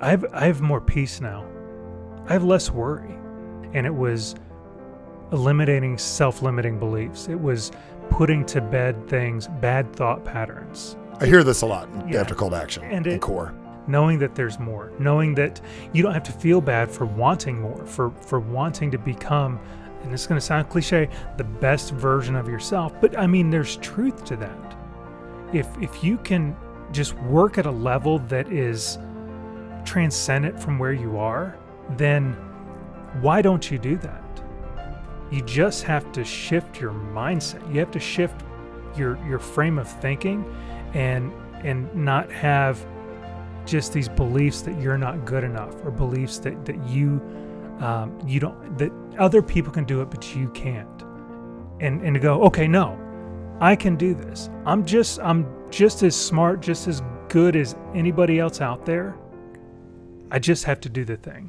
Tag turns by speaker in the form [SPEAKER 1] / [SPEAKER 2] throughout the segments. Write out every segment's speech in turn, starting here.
[SPEAKER 1] I have I have more peace now. I have less worry. And it was eliminating self-limiting beliefs. It was putting to bed things, bad thought patterns.
[SPEAKER 2] I hear this a lot
[SPEAKER 1] Yeah.
[SPEAKER 2] after call to action
[SPEAKER 1] And
[SPEAKER 2] and,
[SPEAKER 1] it-
[SPEAKER 2] core.
[SPEAKER 1] knowing that there's more knowing that you don't have to feel bad for wanting more for for wanting to become and it's going to sound cliche the best version of yourself but i mean there's truth to that if if you can just work at a level that is transcendent from where you are then why don't you do that you just have to shift your mindset you have to shift your your frame of thinking and and not have just these beliefs that you're not good enough or beliefs that, that you um, you don't that other people can do it but you can't and and to go okay no i can do this i'm just i'm just as smart just as good as anybody else out there i just have to do the thing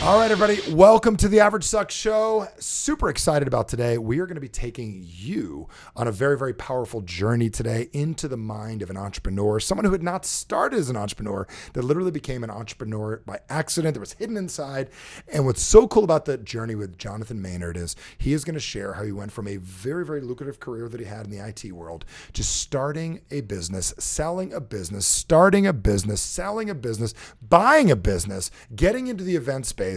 [SPEAKER 2] All right, everybody, welcome to the Average Sucks Show. Super excited about today. We are going to be taking you on a very, very powerful journey today into the mind of an entrepreneur, someone who had not started as an entrepreneur, that literally became an entrepreneur by accident that was hidden inside. And what's so cool about the journey with Jonathan Maynard is he is going to share how he went from a very, very lucrative career that he had in the IT world to starting a business, selling a business, starting a business, selling a business, buying a business, getting into the event space.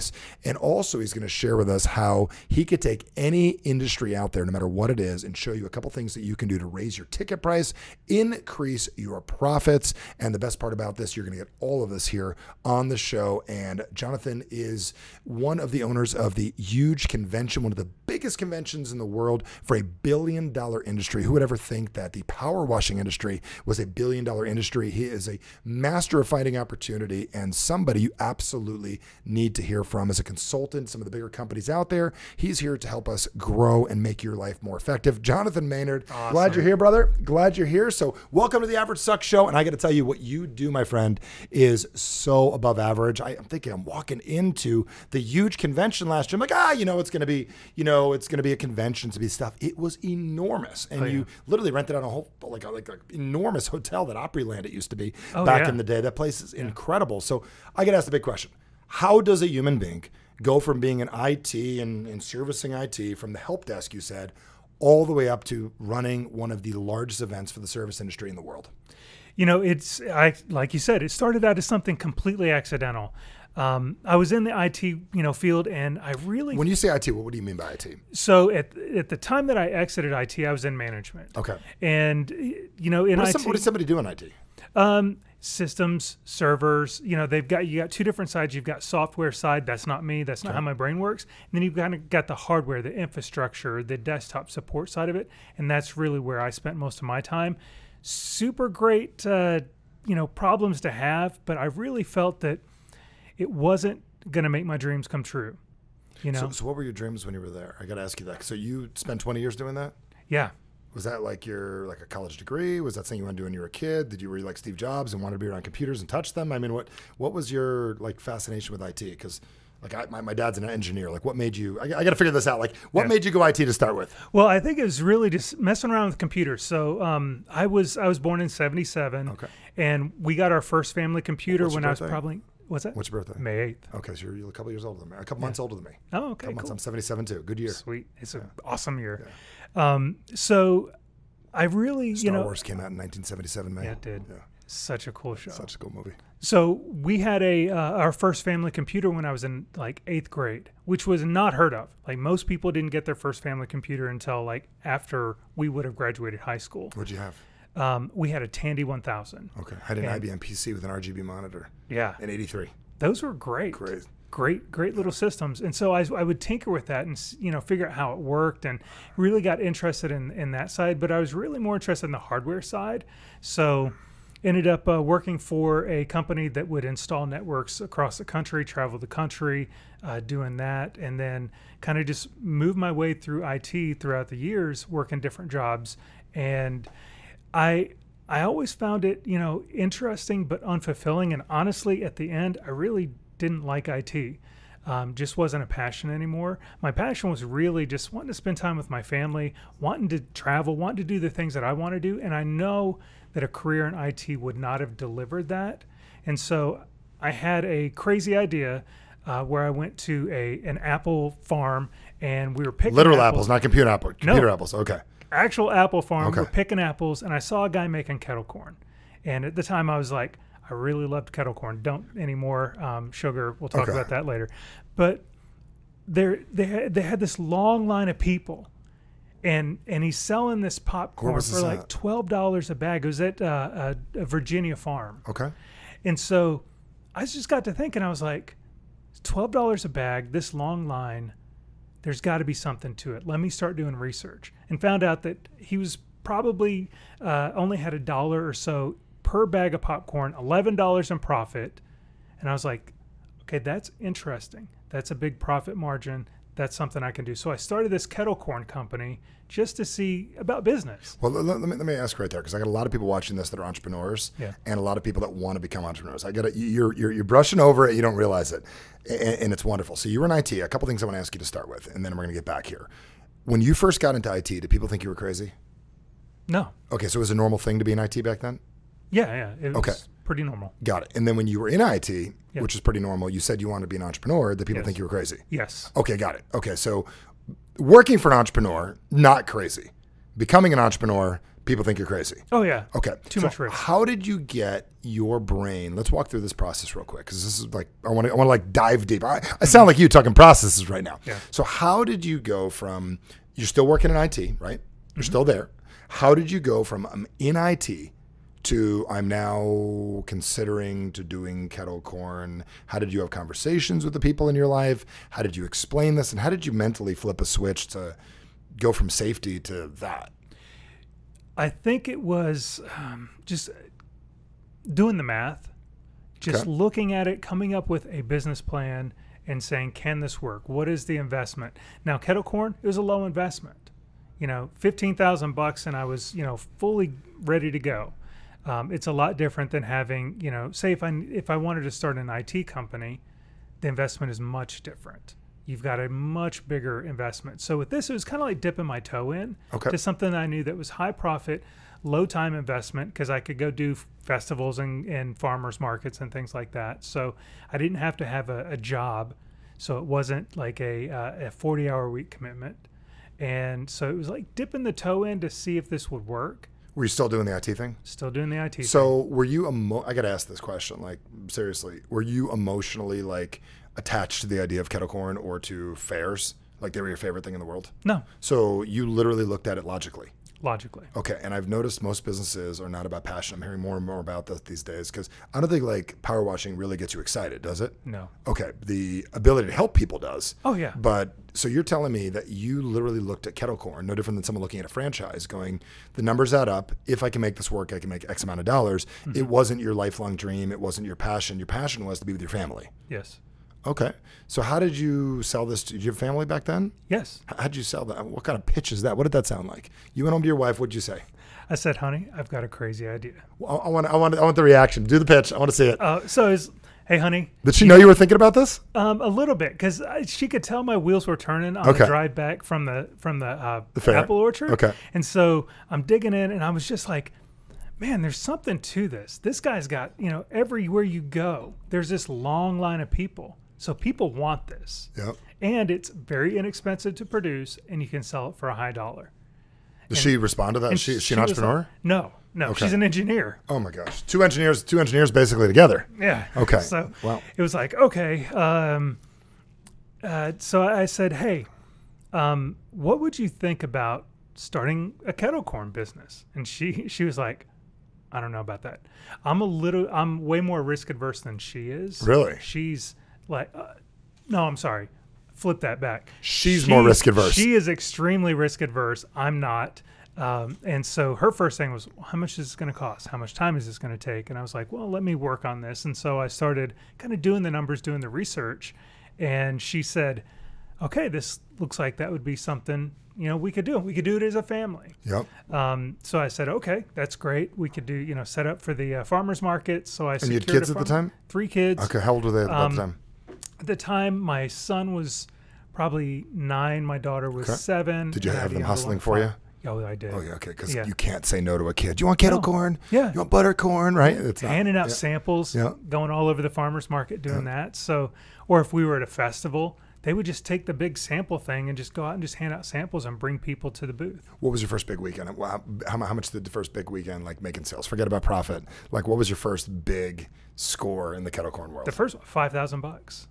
[SPEAKER 2] And also, he's going to share with us how he could take any industry out there, no matter what it is, and show you a couple things that you can do to raise your ticket price, increase your profits. And the best part about this, you're going to get all of this here on the show. And Jonathan is one of the owners of the huge convention, one of the biggest conventions in the world for a billion dollar industry. Who would ever think that the power washing industry was a billion dollar industry? He is a master of finding opportunity and somebody you absolutely need to hear from as a consultant, some of the bigger companies out there. He's here to help us grow and make your life more effective. Jonathan Maynard, glad you're here, brother. Glad you're here. So, welcome to the Average Sucks Show. And I got to tell you, what you do, my friend, is so above average. I, I'm thinking I'm walking into the huge convention last year. I'm like, ah, you know, it's going to be, you know, it's going to be a convention, it's going to be stuff. It was enormous. And you literally rented out a whole, like, a, like an enormous hotel that Opryland it used to be back
[SPEAKER 1] yeah.
[SPEAKER 2] in the day. That place is incredible. So, I got to ask the big question How does a human being go from being an IT and, and servicing IT from the help desk, you said, all the way up to running one of the largest events for the service industry in the world?
[SPEAKER 1] you know it's i like you said it started out as something completely accidental um, i was in the it you know field and i really
[SPEAKER 2] When you say IT, what, what do you mean by IT?
[SPEAKER 1] so at, at the time that i exited it i was in management
[SPEAKER 2] Okay.
[SPEAKER 1] and you know in
[SPEAKER 2] What does,
[SPEAKER 1] IT,
[SPEAKER 2] some, what does somebody do in IT?
[SPEAKER 1] um, systems servers you know they've got you got two different sides you've got software side that's not me that's not how my brain works and then you've kind of got the hardware the infrastructure the desktop support side of it and that's really where i spent most of my time super great uh, you know problems to have but i really felt that it wasn't going to make my dreams come true you know
[SPEAKER 2] So, so what were your dreams when you were there? I got to ask you that. So you spent 20 years doing that?
[SPEAKER 1] yeah
[SPEAKER 2] Was that like your like a college degree? Was that something you wanted to do when you were a kid? Did you were you like Steve Jobs and wanted to be around computers and touch them? I mean, what what was your like fascination with IT? Because like I, my, my dad's an engineer. Like, what made you? I, got to figure this out. Like, what made you go IT to start with?
[SPEAKER 1] Well, I think it was really just messing around with computers. So um, I was I was born in '77,
[SPEAKER 2] Okay.
[SPEAKER 1] and we got our first family computer
[SPEAKER 2] What's your
[SPEAKER 1] when I was
[SPEAKER 2] birthday?
[SPEAKER 1] probably what's that
[SPEAKER 2] What's your birthday?
[SPEAKER 1] May 8th.
[SPEAKER 2] Okay, so you're, you're a couple years older than me. A couple months older than me.
[SPEAKER 1] Oh, okay,
[SPEAKER 2] couple months.
[SPEAKER 1] cool.
[SPEAKER 2] I'm 77 too. Good year.
[SPEAKER 1] Sweet, it's an awesome year. Um, so I really, you
[SPEAKER 2] Star
[SPEAKER 1] know,
[SPEAKER 2] Wars came out in 1977, man.
[SPEAKER 1] yeah, it did. Such a cool show.
[SPEAKER 2] Such a cool movie.
[SPEAKER 1] So we had a uh, our first family computer when I was in like eighth grade, which was not heard of. Like most people didn't get their first family computer until like after we would have graduated high school.
[SPEAKER 2] What'd you have?
[SPEAKER 1] Um, we had a Tandy 1000.
[SPEAKER 2] Okay, I had an IBM PC with an RGB monitor
[SPEAKER 1] Yeah,
[SPEAKER 2] in '83.
[SPEAKER 1] those were great
[SPEAKER 2] Great.
[SPEAKER 1] great great little systems and so I, I would tinker with that and s- you know figure out how it worked and really got interested in in that side but i was really more interested in the hardware side so ended up uh, working for a company that would install networks across the country, travel the country, uh, doing that, and then kind of just move my way through IT throughout the years, working different jobs, and I. I always found it, you know, interesting but unfulfilling. And honestly, at the end, I really didn't like IT. Um, just wasn't a passion anymore. My passion was really just wanting to spend time with my family, wanting to travel, wanting to do the things that I want to do. And I know that a career in IT would not have delivered that. And so I had a crazy idea uh, where I went to a an apple farm and we were picking
[SPEAKER 2] Literal
[SPEAKER 1] apples,
[SPEAKER 2] apples, not computer apples. Computer apples. Okay.
[SPEAKER 1] actual apple farm. We're
[SPEAKER 2] Okay.
[SPEAKER 1] picking apples, and I saw a guy making kettle corn. And at the time, I was like, I really loved kettle corn. Don't anymore. Um, sugar. We'll talk
[SPEAKER 2] Okay.
[SPEAKER 1] about that later. But there, they had, they had this long line of people, and and he's selling this popcorn
[SPEAKER 2] was
[SPEAKER 1] for
[SPEAKER 2] this
[SPEAKER 1] like
[SPEAKER 2] at?
[SPEAKER 1] twelve dollars a bag. It was at uh, a, a Virginia farm,
[SPEAKER 2] Okay.
[SPEAKER 1] and so I just got to thinking. I was like, twelve dollars a bag. This long line there's got to be something to it. Let me start doing research. And found out that he was probably uh, only had a dollar or so per bag of popcorn, $11 in profit. And I was like, okay, that's interesting. That's a big profit margin. That's something I can do. So I started this kettle corn company just to see about business.
[SPEAKER 2] Well, let, let me, let me ask right there because I got a lot of people watching this that are entrepreneurs,
[SPEAKER 1] Yeah.
[SPEAKER 2] and a lot of people that want to become entrepreneurs. I got to, you're, you're you're brushing over it, you don't realize it, and, and it's wonderful. So you were in IT. A couple things I want to ask you to start with, and then we're going to get back here. When you first got into IT, did people think you were crazy?
[SPEAKER 1] No.
[SPEAKER 2] Okay, so it was a normal thing to be in IT back then.
[SPEAKER 1] Yeah, yeah. It was
[SPEAKER 2] Okay.
[SPEAKER 1] pretty normal.
[SPEAKER 2] Got it. And then when you were in IT, which is pretty normal, you said you wanted to be an entrepreneur. That people
[SPEAKER 1] Yes.
[SPEAKER 2] think you were crazy.
[SPEAKER 1] Yes.
[SPEAKER 2] Okay, got it. Okay, so working for an entrepreneur, not crazy. Becoming an entrepreneur, people think you're crazy.
[SPEAKER 1] Oh, yeah.
[SPEAKER 2] Okay.
[SPEAKER 1] Too
[SPEAKER 2] so
[SPEAKER 1] much risk.
[SPEAKER 2] How did you get your brain? Let's walk through this process real quick because this is like I want to I want to like dive deep. I, I sound like you talking processes right now.
[SPEAKER 1] Yeah.
[SPEAKER 2] So how did you go from you're still working in IT, right? You're still there. How did you go from I'm in IT to I'm now considering to doing kettle corn? How did you have conversations with the people in your life? How did you explain this and how did you mentally flip a switch to go from safety to that?
[SPEAKER 1] I think it was um, just doing the math, just
[SPEAKER 2] Okay.
[SPEAKER 1] looking at it, coming up with a business plan, and saying, "Can this work? What is the investment?" Now, kettle corn it was a low investment, you know, fifteen thousand bucks, and I was, you know, fully ready to go. Um, it's a lot different than having, you know, say if I if I wanted to start an IT company, the investment is much different. You've got a much bigger investment. So with this, it was kind of like dipping my toe in
[SPEAKER 2] Okay.
[SPEAKER 1] to something that I knew that was high profit, low time investment because I could go do f- festivals and, and farmers markets and things like that. So I didn't have to have a, a job. So it wasn't like a, uh, a 40 hour week commitment. And so it was like dipping the toe in to see if this would work.
[SPEAKER 2] Were you still doing the IT thing?
[SPEAKER 1] Still doing the IT.
[SPEAKER 2] So were you emo- I got to ask this question like seriously were you emotionally like attached to the idea of kettle corn or to fairs like they were your favorite thing in the world
[SPEAKER 1] no,
[SPEAKER 2] so you literally looked at it logically
[SPEAKER 1] logically.
[SPEAKER 2] okay and I've noticed most businesses are not about passion I'm hearing more and more about this these days because I don't think like power washing really gets you excited does it
[SPEAKER 1] No.
[SPEAKER 2] okay the ability to help people does
[SPEAKER 1] Oh, yeah.
[SPEAKER 2] but so you're telling me that you literally looked at kettle corn, no different than someone looking at a franchise, going, the numbers add up. If I can make this work, I can make X amount of dollars. It wasn't your lifelong dream. It wasn't your passion. Your passion was to be with your family.
[SPEAKER 1] Yes.
[SPEAKER 2] Okay. So how did you sell this? Did you have family back then?
[SPEAKER 1] Yes.
[SPEAKER 2] H- How'd you sell that? What kind of pitch is that? What did that sound like? You went home to your wife. What'd you say?
[SPEAKER 1] I said, honey, I've got a crazy idea.
[SPEAKER 2] Well, I, I want. I want. I want the reaction. Do the pitch. I want to see it.
[SPEAKER 1] Uh, so it's, hey, honey,
[SPEAKER 2] Did she know you were thinking about this?
[SPEAKER 1] Um, a little bit, because she could tell my wheels were turning on
[SPEAKER 2] Okay.
[SPEAKER 1] the drive back from the from the, uh,
[SPEAKER 2] fair.
[SPEAKER 1] apple orchard.
[SPEAKER 2] Okay.
[SPEAKER 1] and so I'm digging in, and I was just like, "Man, there's something to this. This guy's got you know everywhere you go, there's this long line of people, so people want this,
[SPEAKER 2] Yeah.
[SPEAKER 1] and it's very inexpensive to produce, and you can sell it for a high dollar."
[SPEAKER 2] Did she respond to that? Is she, is she an
[SPEAKER 1] was like-
[SPEAKER 2] entrepreneur?
[SPEAKER 1] no, no, she's an engineer.
[SPEAKER 2] oh my gosh. Two engineers. Two engineers basically together.
[SPEAKER 1] Yeah.
[SPEAKER 2] Okay.
[SPEAKER 1] So
[SPEAKER 2] Wow.
[SPEAKER 1] it was like, okay. Um, uh, so I said, hey, um, what would you think about starting a kettle corn business? And she she was like, I don't know about that. I'm a little. I'm way more risk adverse than she is.
[SPEAKER 2] Really?
[SPEAKER 1] She's like, uh, no, I'm sorry. Flip that back.
[SPEAKER 2] She's more risk adverse.
[SPEAKER 1] She is extremely risk adverse. I'm not. Um, and so her first thing was, how much is this going to cost? How much time is this going to take? And I was like, well, let me work on this. And so I started kind of doing the numbers, doing the research. And she said, okay, this looks like that would be something, you know, we could do. We could do it as a family.
[SPEAKER 2] Yep.
[SPEAKER 1] Um, so I said, okay, that's great. We could do, you know, set up for the uh, farmer's market. So I
[SPEAKER 2] And you had
[SPEAKER 1] secured
[SPEAKER 2] kids
[SPEAKER 1] a
[SPEAKER 2] at the
[SPEAKER 1] farm-
[SPEAKER 2] time?
[SPEAKER 1] Three kids.
[SPEAKER 2] Okay. How old were they at
[SPEAKER 1] Um,
[SPEAKER 2] that time?
[SPEAKER 1] At the time, my son was probably nine. My daughter was
[SPEAKER 2] Okay.
[SPEAKER 1] seven.
[SPEAKER 2] Did you
[SPEAKER 1] and I had
[SPEAKER 2] have
[SPEAKER 1] a
[SPEAKER 2] them
[SPEAKER 1] younger one
[SPEAKER 2] hustling
[SPEAKER 1] at
[SPEAKER 2] for
[SPEAKER 1] five.
[SPEAKER 2] you?
[SPEAKER 1] Oh, I did.
[SPEAKER 2] Oh, yeah. Okay. Because
[SPEAKER 1] Yeah.
[SPEAKER 2] you can't say no to a kid. You want kettle
[SPEAKER 1] No.
[SPEAKER 2] corn?
[SPEAKER 1] Yeah.
[SPEAKER 2] You want butter corn? Right? It's not.
[SPEAKER 1] handing out
[SPEAKER 2] yeah.
[SPEAKER 1] samples,
[SPEAKER 2] Yeah.
[SPEAKER 1] going all over the farmers market doing that. So, or if we were at a festival, they would just take the big sample thing and just go out and just hand out samples and bring people to the booth.
[SPEAKER 2] What was your first big weekend? Well, How, how, mu- how much did the first big weekend like making sales? Forget about profit. Like, what was your first big score in the kettle corn world?
[SPEAKER 1] The first one, five thousand bucks.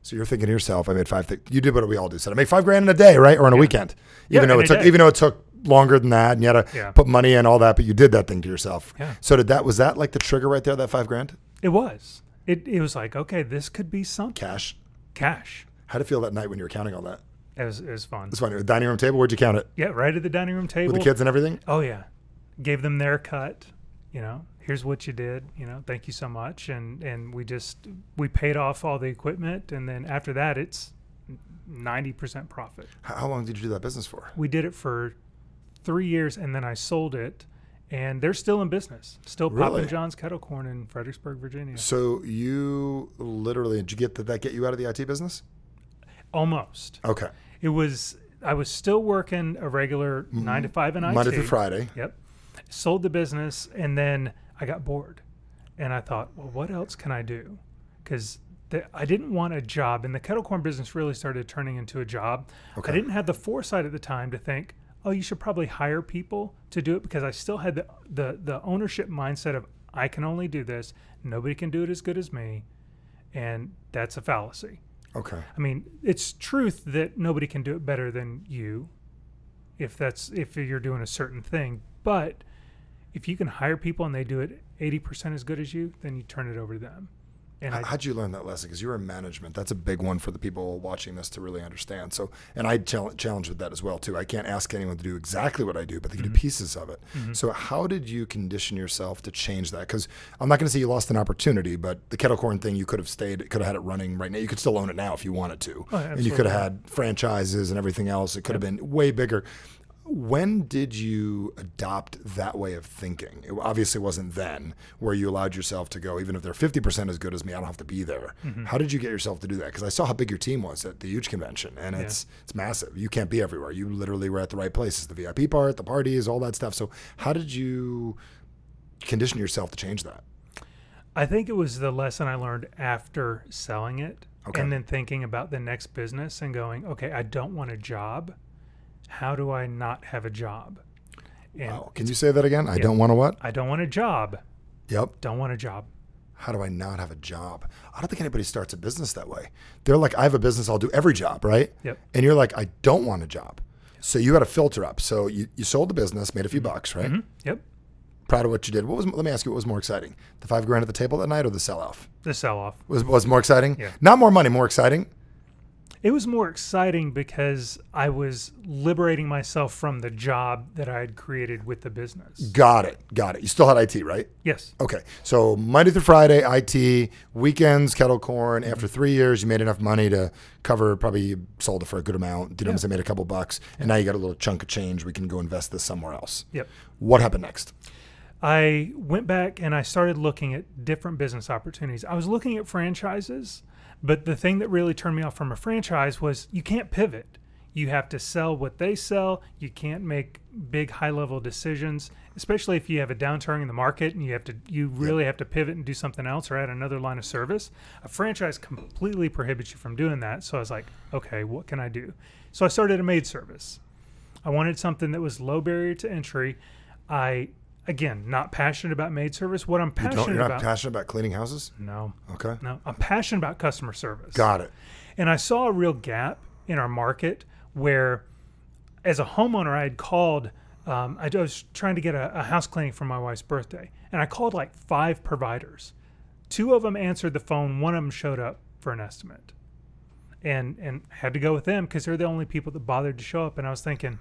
[SPEAKER 2] so you're thinking to yourself, I made five. Th- you did what we all do. Said I made five grand in a day, right, or in a weekend.
[SPEAKER 1] Yeah,
[SPEAKER 2] Even though
[SPEAKER 1] in
[SPEAKER 2] it
[SPEAKER 1] a
[SPEAKER 2] took,
[SPEAKER 1] day.
[SPEAKER 2] even though it took longer than that, and you had to
[SPEAKER 1] Yeah.
[SPEAKER 2] put money in all that, but you did that thing to yourself.
[SPEAKER 1] Yeah.
[SPEAKER 2] So did that? Was that like the trigger right there? That five grand
[SPEAKER 1] It was. It it was like okay, this could be something.
[SPEAKER 2] cash.
[SPEAKER 1] Cash.
[SPEAKER 2] How did it feel that night when you were counting all that?
[SPEAKER 1] It was it was fun.
[SPEAKER 2] It's funny. The dining room table. Where'd you count it?
[SPEAKER 1] Yeah, right at the dining room table.
[SPEAKER 2] With the kids and everything.
[SPEAKER 1] Oh yeah, gave them their cut. You know, here's what you did. You know, thank you so much. And and we just we paid off all the equipment, and then after that, it's ninety percent profit.
[SPEAKER 2] How, how long did you do that business for?
[SPEAKER 1] We did it for three years, and then I sold it, and they're still in business, still
[SPEAKER 2] Really?
[SPEAKER 1] popping John's kettle corn in Fredericksburg, Virginia.
[SPEAKER 2] So you literally did you get did that get you out of the IT business?
[SPEAKER 1] Almost.
[SPEAKER 2] Okay.
[SPEAKER 1] It was. I was still working a regular nine to five in IT.
[SPEAKER 2] Mm-hmm. Monday through Friday.
[SPEAKER 1] Yep. Sold the business and then I got bored. And I thought, well, what else can I do? Because I didn't want a job. And the kettle corn business really started turning into a job.
[SPEAKER 2] Okay.
[SPEAKER 1] I didn't have the foresight at the time to think, oh, you should probably hire people to do it because I still had the, the, the ownership mindset of I can only do this. Nobody can do it as good as me. And that's a fallacy.
[SPEAKER 2] Okay.
[SPEAKER 1] I mean, it's truth that nobody can do it better than you if that's if you're doing a certain thing, but if you can hire people and they do it 80% as good as you, then you turn it over to them. And I,
[SPEAKER 2] How'd you learn that lesson? Because you were in management. That's a big one for the people watching this to really understand. So, and I chal- challenge with that as well too. I can't ask anyone to do exactly what I do, but they can
[SPEAKER 1] Mm-hmm.
[SPEAKER 2] do pieces of it. So, how did you condition yourself to change that? Because I'm not going to say you lost an opportunity, but the kettle corn thing, you could have stayed, could have had it running right now. You could still own it now if you wanted to,
[SPEAKER 1] yeah,
[SPEAKER 2] and you could
[SPEAKER 1] absolutely.
[SPEAKER 2] have had franchises and everything else. It could have been way bigger. When did you adopt that way of thinking? It obviously wasn't then where you allowed yourself to go, even if they're 50% as good as me, I don't have to be there. How did you get yourself to do that? Because I saw how big your team was at the huge convention and it's it's massive. You can't be everywhere. You literally were at the right places, the VIP part, the parties, all that stuff. So how did you condition yourself to change that?
[SPEAKER 1] I think it was the lesson I learned after selling it
[SPEAKER 2] Okay.
[SPEAKER 1] and then thinking about the next business and going, okay, I don't want a job. How do I not have a job? And
[SPEAKER 2] Wow. Can you say that again? I don't want to what?
[SPEAKER 1] I don't want a job.
[SPEAKER 2] Yep.
[SPEAKER 1] Don't want a job.
[SPEAKER 2] how do I not have a job? I don't think anybody starts a business that way. They're like, I have a business, I'll do every job, right?
[SPEAKER 1] Yep.
[SPEAKER 2] And you're like, I don't want a job. So you had to filter up. So you, you sold the business, made a few bucks, right?
[SPEAKER 1] Mm-hmm. Yep.
[SPEAKER 2] Proud of what you did. What was let me ask you, what was more exciting? The five grand at the table that night or the sell off?
[SPEAKER 1] The sell off.
[SPEAKER 2] Was was more exciting?
[SPEAKER 1] Yeah.
[SPEAKER 2] Not more money, more exciting.
[SPEAKER 1] It was more exciting because I was liberating myself from the job that I had created with the business.
[SPEAKER 2] Got it. Got it. You still had IT, right?
[SPEAKER 1] Yes.
[SPEAKER 2] Okay. So Monday through Friday, IT, weekends, kettle corn.
[SPEAKER 1] Mm-hmm.
[SPEAKER 2] After three years, you made enough money to cover, probably you sold it for a good amount. Did almost made a couple bucks. And now you got a little chunk of change. We can go invest this somewhere else.
[SPEAKER 1] Yep.
[SPEAKER 2] What happened next?
[SPEAKER 1] I went back and I started looking at different business opportunities. I was looking at franchises, but the thing that really turned me off from a franchise was you can't pivot. You have to sell what they sell. You can't make big high level decisions, especially if you have a downturn in the market and you have to you really have to pivot and do something else or add another line of service. A franchise completely prohibits you from doing that. So I was like, okay, what can I do? So I started a maid service. I wanted something that was low barrier to entry. I again not passionate about maid service. What I'm
[SPEAKER 2] You don't,
[SPEAKER 1] passionate
[SPEAKER 2] you're not
[SPEAKER 1] about
[SPEAKER 2] passionate about cleaning houses?
[SPEAKER 1] no,
[SPEAKER 2] Okay.
[SPEAKER 1] no, I'm passionate about customer service.
[SPEAKER 2] Got it.
[SPEAKER 1] And I saw a real gap in our market where, as a homeowner, I had called. Um, I was trying to get a, a house cleaning for my wife's birthday, and I called like five providers. Two of them answered the phone. One of them showed up for an estimate, and and had to go with them because they're the only people that bothered to show up. And I was thinking,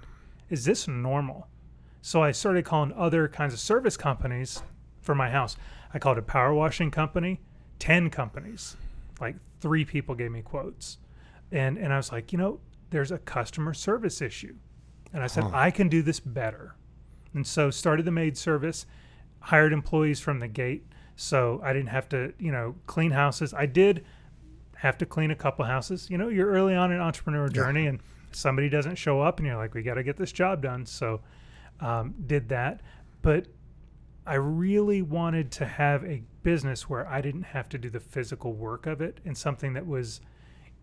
[SPEAKER 1] is this normal? So I started calling other kinds of service companies for my house. I called a power washing company, 10 companies. Like three people gave me quotes. And and I was like, you know, there's a customer service issue. And I said, I can do this better. And so started the maid service, hired employees from the gate. So I didn't have to, you know, clean houses. I did have to clean a couple houses. You know, you're early on in entrepreneur journey and somebody doesn't show up and you're like, we got to get this job done. So um, did that. But I really wanted to have a business where I didn't have to do the physical work of it and something that was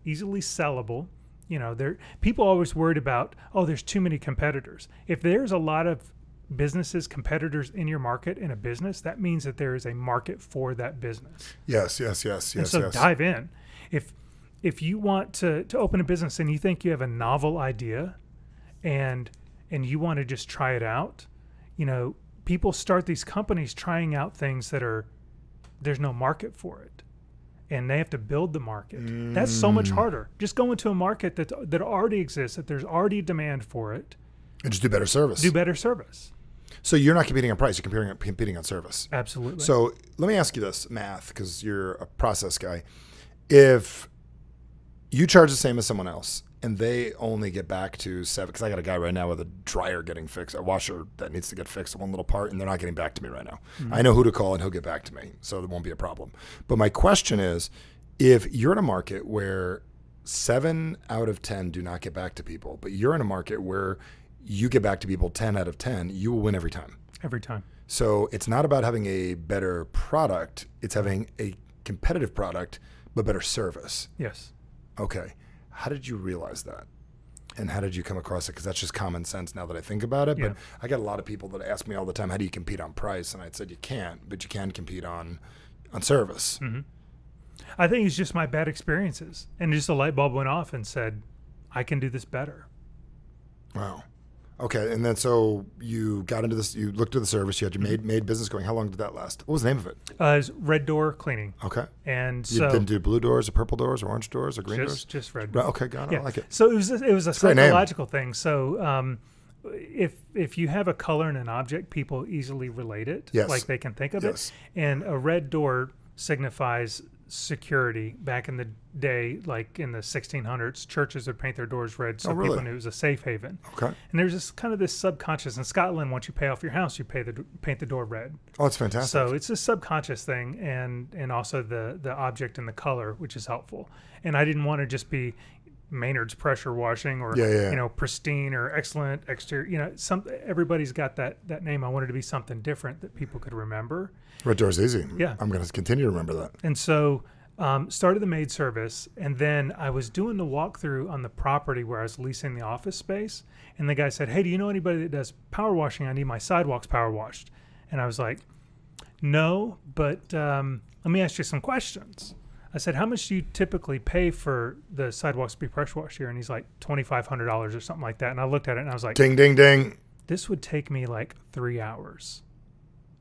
[SPEAKER 1] easily sellable. You know, there people always worried about, oh, there's too many competitors. If there's a lot of businesses, competitors in your market in a business, that means that there is a market for that business.
[SPEAKER 2] Yes, yes, yes, yes,
[SPEAKER 1] So
[SPEAKER 2] yes.
[SPEAKER 1] dive in. If if you want to to open a business and you think you have a novel idea and and you want to just try it out, you know, people start these companies trying out things that are there's no market for it. And they have to build the market. That's so much
[SPEAKER 2] Mm.
[SPEAKER 1] harder. Just go into a market that that already exists, that there's already demand for it,
[SPEAKER 2] and just do better service.
[SPEAKER 1] do better service.
[SPEAKER 2] so you're not competing on price; you're competing competing on service.
[SPEAKER 1] Absolutely.
[SPEAKER 2] So let me ask you this math, because you're a process guy. If you charge the same as someone else and they only get back to seven, because I got a guy right now with a dryer getting fixed, a washer that needs to get fixed, one little part, and they're not getting back to me right now. I know who to call and he'll get back to me, so there won't be a problem. But my question is if you're in a market where seven out of 10 do not get back to people, but you're in a market where you get back to people 10 out of 10, you will win every time.
[SPEAKER 1] every time.
[SPEAKER 2] So it's not about having a better product, it's having a competitive product, but better service.
[SPEAKER 1] Yes.
[SPEAKER 2] Okay. How did you realize that? And how did you come across it? Because that's just common sense now that I think about it.
[SPEAKER 1] Yeah.
[SPEAKER 2] But I get a lot of people that ask me all the time, how do you compete on price? And I said, you can't, but you can compete on on service.
[SPEAKER 1] Mm. I think it's just my bad experiences. And just a light bulb went off and said, I can do this better.
[SPEAKER 2] Wow. Okay. And then so you got into this, you looked at the service, you had your
[SPEAKER 1] Mm-hmm.
[SPEAKER 2] made, made business going. How long did that last? What was the name of it?
[SPEAKER 1] Uh, is red door cleaning.
[SPEAKER 2] Okay.
[SPEAKER 1] And
[SPEAKER 2] You
[SPEAKER 1] so
[SPEAKER 2] didn't do blue doors or purple doors or orange doors or green
[SPEAKER 1] just,
[SPEAKER 2] doors?
[SPEAKER 1] just red
[SPEAKER 2] Right,
[SPEAKER 1] door.
[SPEAKER 2] Okay. Got it. I like it.
[SPEAKER 1] So it was a, it was a
[SPEAKER 2] great name.
[SPEAKER 1] psychological thing. So um, if if you have a color in an object, people easily relate it.
[SPEAKER 2] Yes.
[SPEAKER 1] Like they can think of
[SPEAKER 2] Yes.
[SPEAKER 1] it. And a red door signifies security. Back in the day, like in the 1600s, churches would paint their doors red so
[SPEAKER 2] Oh, really?
[SPEAKER 1] people knew it was a safe haven.
[SPEAKER 2] Okay.
[SPEAKER 1] And there's this kind of this subconscious in Scotland. Once you pay off your house, you pay the paint the door red.
[SPEAKER 2] Oh, it's fantastic.
[SPEAKER 1] So it's a subconscious thing, and and also the the object and the color, which is helpful. And I didn't want to just be Maynard's pressure washing or
[SPEAKER 2] Yeah, yeah, yeah.
[SPEAKER 1] you know pristine or excellent exterior. You know, some everybody's got that that name. I wanted to be something different that people could remember.
[SPEAKER 2] Red Door's easy.
[SPEAKER 1] Yeah.
[SPEAKER 2] I'm going to continue to remember that.
[SPEAKER 1] And so um, started the maid service, and then I was doing the walkthrough on the property where I was leasing the office space, and the guy said, "Hey, do you know anybody that does power washing? I need my sidewalks power washed." And I was like, "No, but um, let me ask you some questions." I said, "How much do you typically pay for the sidewalks to be pressure washed here?" And he's like, twenty-five hundred dollars or something like that. And I looked at it and I was like,
[SPEAKER 2] Ding, ding, ding.
[SPEAKER 1] this would take me like three hours.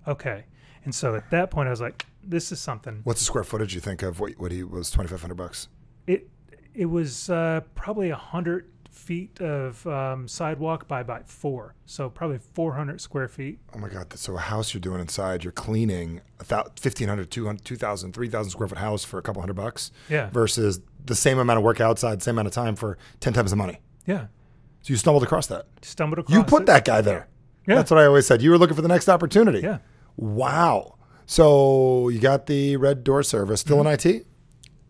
[SPEAKER 1] Okay. And so at that point, I was like, this is something.
[SPEAKER 2] What's the square footage you think of? What, what he was 2,500 bucks.
[SPEAKER 1] it it was uh, probably a hundred feet of um, sidewalk by about four, so probably four hundred square feet.
[SPEAKER 2] Oh my God. So a house you're doing inside, you're cleaning a thou- 1,500, 200, 2,000, 3,000 square foot house for a couple hundred bucks
[SPEAKER 1] Yeah,
[SPEAKER 2] versus the same amount of work outside, same amount of time for 10 times the money.
[SPEAKER 1] yeah.
[SPEAKER 2] So you stumbled across that.
[SPEAKER 1] Stumbled across.
[SPEAKER 2] You put
[SPEAKER 1] it.
[SPEAKER 2] that guy there.
[SPEAKER 1] Yeah.
[SPEAKER 2] That's what I always said. You were looking for the next opportunity.
[SPEAKER 1] Yeah.
[SPEAKER 2] Wow. So you got the Red Door service, still
[SPEAKER 1] Mm-hmm.
[SPEAKER 2] in IT?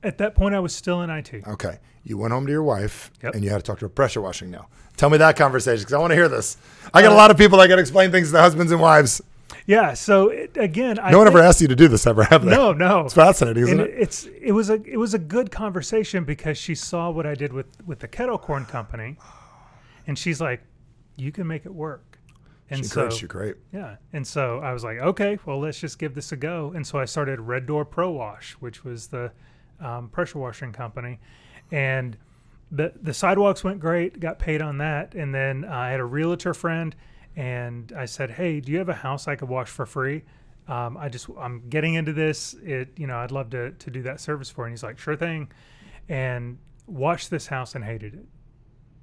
[SPEAKER 1] At that point, I was still in IT.
[SPEAKER 2] Okay. You went home to your wife
[SPEAKER 1] Yep.
[SPEAKER 2] and you had to talk to her pressure washing now. Tell me that conversation because I want to hear this. I
[SPEAKER 1] Uh,
[SPEAKER 2] got a lot of people that got to explain things to husbands and wives.
[SPEAKER 1] Yeah. So it, again, I
[SPEAKER 2] No one
[SPEAKER 1] think-
[SPEAKER 2] ever asked you to do this ever, have they?
[SPEAKER 1] No, no.
[SPEAKER 2] It's fascinating, isn't
[SPEAKER 1] And
[SPEAKER 2] it?
[SPEAKER 1] it's it was a it was a good conversation because she saw what I did with with the kettle corn company, and she's like, "You can make it work." And
[SPEAKER 2] She
[SPEAKER 1] so
[SPEAKER 2] encouraged you. Great.
[SPEAKER 1] Yeah. And so I was like, okay, well, let's just give this a go. And so I started Red Door Pro Wash, which was the um, pressure washing company. And the, the sidewalks went great, got paid on that. And then I had a realtor friend and I said, hey, do you have a house I could wash for free? Um, I just, I'm getting into this. It, you know, I'd love to, to do that service for. you." And he's like, sure thing. And washed this house and hated it.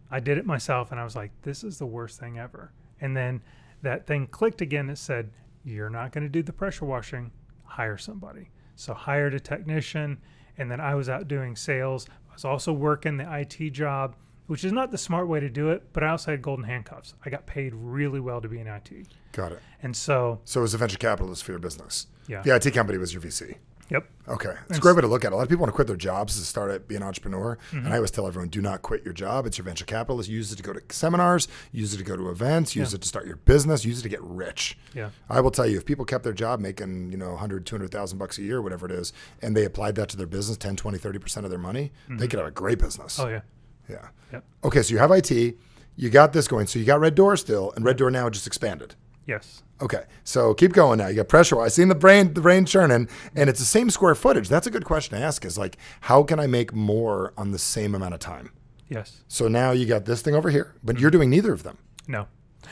[SPEAKER 1] I did it myself and I was like, this is the worst thing ever. And then that thing clicked again that said, You're not going to do the pressure washing, hire somebody. So hired a technician, and then I was out doing sales. I was also working the IT job, which is not the smart way to do it, but I also had golden handcuffs. I got paid really well to be in IT.
[SPEAKER 2] Got it.
[SPEAKER 1] And so,
[SPEAKER 2] So it was a venture capitalist for your business.
[SPEAKER 1] Yeah.
[SPEAKER 2] The IT company was your VC.
[SPEAKER 1] yep,
[SPEAKER 2] Okay. It's a great way to look at it. A lot of people want to quit their jobs to start at be an entrepreneur.
[SPEAKER 1] Mm-hmm.
[SPEAKER 2] And I always tell everyone, do not quit your job. It's your venture capitalist. Use it to go to seminars, use it to go to events, use it to start your business, use it to get rich.
[SPEAKER 1] Yeah.
[SPEAKER 2] I will tell you, if people kept their job making, you know, 100, 200,000 bucks a year, whatever it is, and they applied that to their business, 10, 20, 30% of their money, they could have a great business.
[SPEAKER 1] Mm-hmm. oh yeah,
[SPEAKER 2] Yeah.
[SPEAKER 1] Yep.
[SPEAKER 2] Okay. So you have IT, you got this going. So you got Red Door still, and Red Door now just expanded.
[SPEAKER 1] yes,
[SPEAKER 2] Okay, so keep going now. You got pressure. I seen the brain, the brain churning, and it's the same square footage. That's a good question to ask. Is like, how can I make more on the same amount of time?
[SPEAKER 1] yes,
[SPEAKER 2] So now you got this thing over here, but
[SPEAKER 1] Mm-hmm.
[SPEAKER 2] you're doing neither of them.
[SPEAKER 1] no,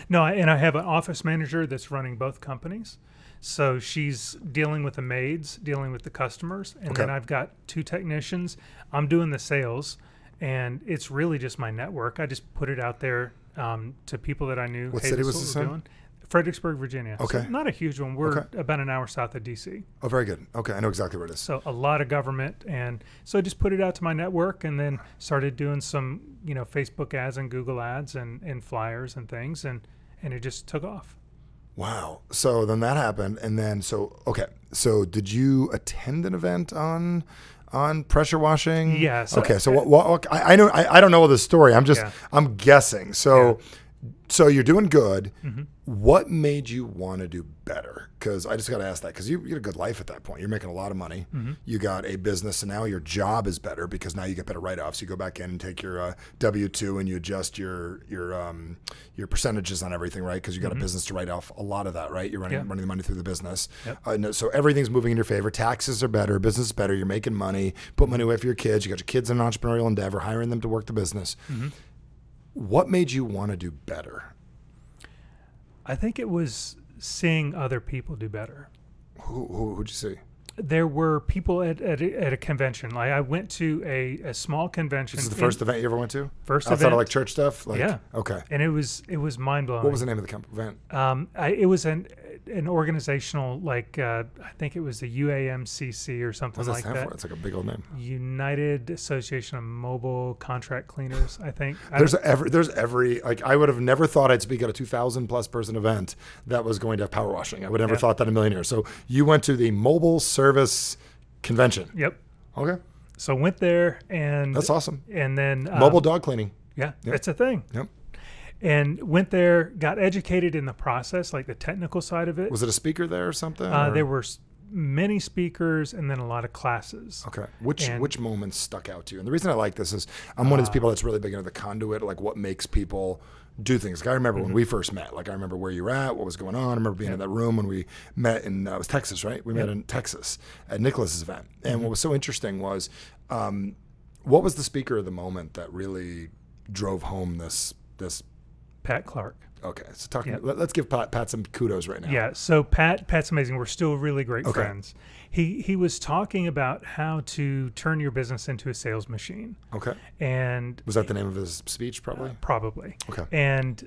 [SPEAKER 1] no. I- And I have an office manager that's running both companies. So she's dealing with the maids, dealing with the customers, and then
[SPEAKER 2] Okay.
[SPEAKER 1] I've got two technicians. I'm doing the sales, and it's really just my network. I just put it out there um, to people that I knew.
[SPEAKER 2] What
[SPEAKER 1] hey,
[SPEAKER 2] city
[SPEAKER 1] this
[SPEAKER 2] was
[SPEAKER 1] is what
[SPEAKER 2] this
[SPEAKER 1] we're
[SPEAKER 2] in?
[SPEAKER 1] doing. Fredericksburg, Virginia. So
[SPEAKER 2] Okay.
[SPEAKER 1] not a huge one. We're
[SPEAKER 2] Okay.
[SPEAKER 1] about an hour south of DC.
[SPEAKER 2] Oh, very good. Okay, I know exactly where it is.
[SPEAKER 1] So a lot of government, and so I just put it out to my network, and then started doing some, you know, Facebook ads and Google ads and and flyers and things, and and it just took off.
[SPEAKER 2] Wow. So then that happened, and then so okay. So did you attend an event on on pressure washing?
[SPEAKER 1] Yeah, so-
[SPEAKER 2] okay. So what? what I, I know. I, I don't know the story. I'm just.
[SPEAKER 1] Yeah.
[SPEAKER 2] I'm guessing. So. So you're doing good. What made you want to do better? Because I just got to ask that because you, you had a good life at that point. You're making a lot of money. You got a business, and now your job is better because now you get better write-offs. You go back in and take your uh, W two and you adjust your your um, your percentages on everything, right? Because you got a business to write off a lot of that, right? You're running
[SPEAKER 1] Yeah.
[SPEAKER 2] running the money through the business. Uh, no, so everything's moving in your favor. Taxes are better. Business is better. You're making money. Put money away for your kids. You got your kids in an entrepreneurial endeavor, hiring them to work the business. What made you want to do better?
[SPEAKER 1] I think it was seeing other people do better.
[SPEAKER 2] Who, who would you see?
[SPEAKER 1] There were people at, at, a- at a convention. Like I went to a, a small convention.
[SPEAKER 2] This is the
[SPEAKER 1] in-
[SPEAKER 2] first event you ever went to?
[SPEAKER 1] First
[SPEAKER 2] Outside
[SPEAKER 1] event.
[SPEAKER 2] of like church stuff? Like,
[SPEAKER 1] Yeah.
[SPEAKER 2] Okay.
[SPEAKER 1] and it was it was mind blowing.
[SPEAKER 2] What was the name of the comp- event?
[SPEAKER 1] Um, I, it was an an organizational like uh, I think it was the UAMCC or something
[SPEAKER 2] What does that
[SPEAKER 1] like
[SPEAKER 2] stand
[SPEAKER 1] that.
[SPEAKER 2] for? It's like a big old name.
[SPEAKER 1] United Association of Mobile Contract Cleaners, I think. I
[SPEAKER 2] There's
[SPEAKER 1] don't-
[SPEAKER 2] every, there's every, like, I would have never thought I'd speak at a 2,000 plus person event that was going to have power washing. I would never
[SPEAKER 1] Yeah.
[SPEAKER 2] thought that in a million years. So you went to the mobile service convention.
[SPEAKER 1] yep.
[SPEAKER 2] Okay.
[SPEAKER 1] So went there and
[SPEAKER 2] That's awesome.
[SPEAKER 1] and then um,
[SPEAKER 2] Mobile dog cleaning.
[SPEAKER 1] Yeah, it's a thing.
[SPEAKER 2] Yep.
[SPEAKER 1] And went there, got educated in the process, like the technical side of it.
[SPEAKER 2] Was it a speaker there or something?
[SPEAKER 1] uh,
[SPEAKER 2] or-
[SPEAKER 1] there were s- many speakers and then a lot of classes.
[SPEAKER 2] Okay. Which
[SPEAKER 1] And- Uh,
[SPEAKER 2] which moments stuck out to you? And the reason I like this is I'm one of these people that's really big into the conduit, like what makes people do things. Like I remember
[SPEAKER 1] Mm-hmm.
[SPEAKER 2] when we first met. Like I remember where you were at, what was going on. I remember being in that room when we met in uh, it was Texas, right? We met in Texas at Nicholas's event. And
[SPEAKER 1] Mm-hmm.
[SPEAKER 2] what was so interesting was, um, what was the speaker of the moment that really drove home this this?
[SPEAKER 1] Pat Clark.
[SPEAKER 2] Okay, so talk. Let, us give Pat, Pat some kudos right now.
[SPEAKER 1] Yeah. So Pat, Pat's amazing. We're still really great
[SPEAKER 2] Okay.
[SPEAKER 1] friends. He he was talking about how to turn your business into a sales machine,
[SPEAKER 2] Okay.
[SPEAKER 1] and
[SPEAKER 2] Was that the name of his speech? Probably.
[SPEAKER 1] probably.
[SPEAKER 2] Okay.
[SPEAKER 1] And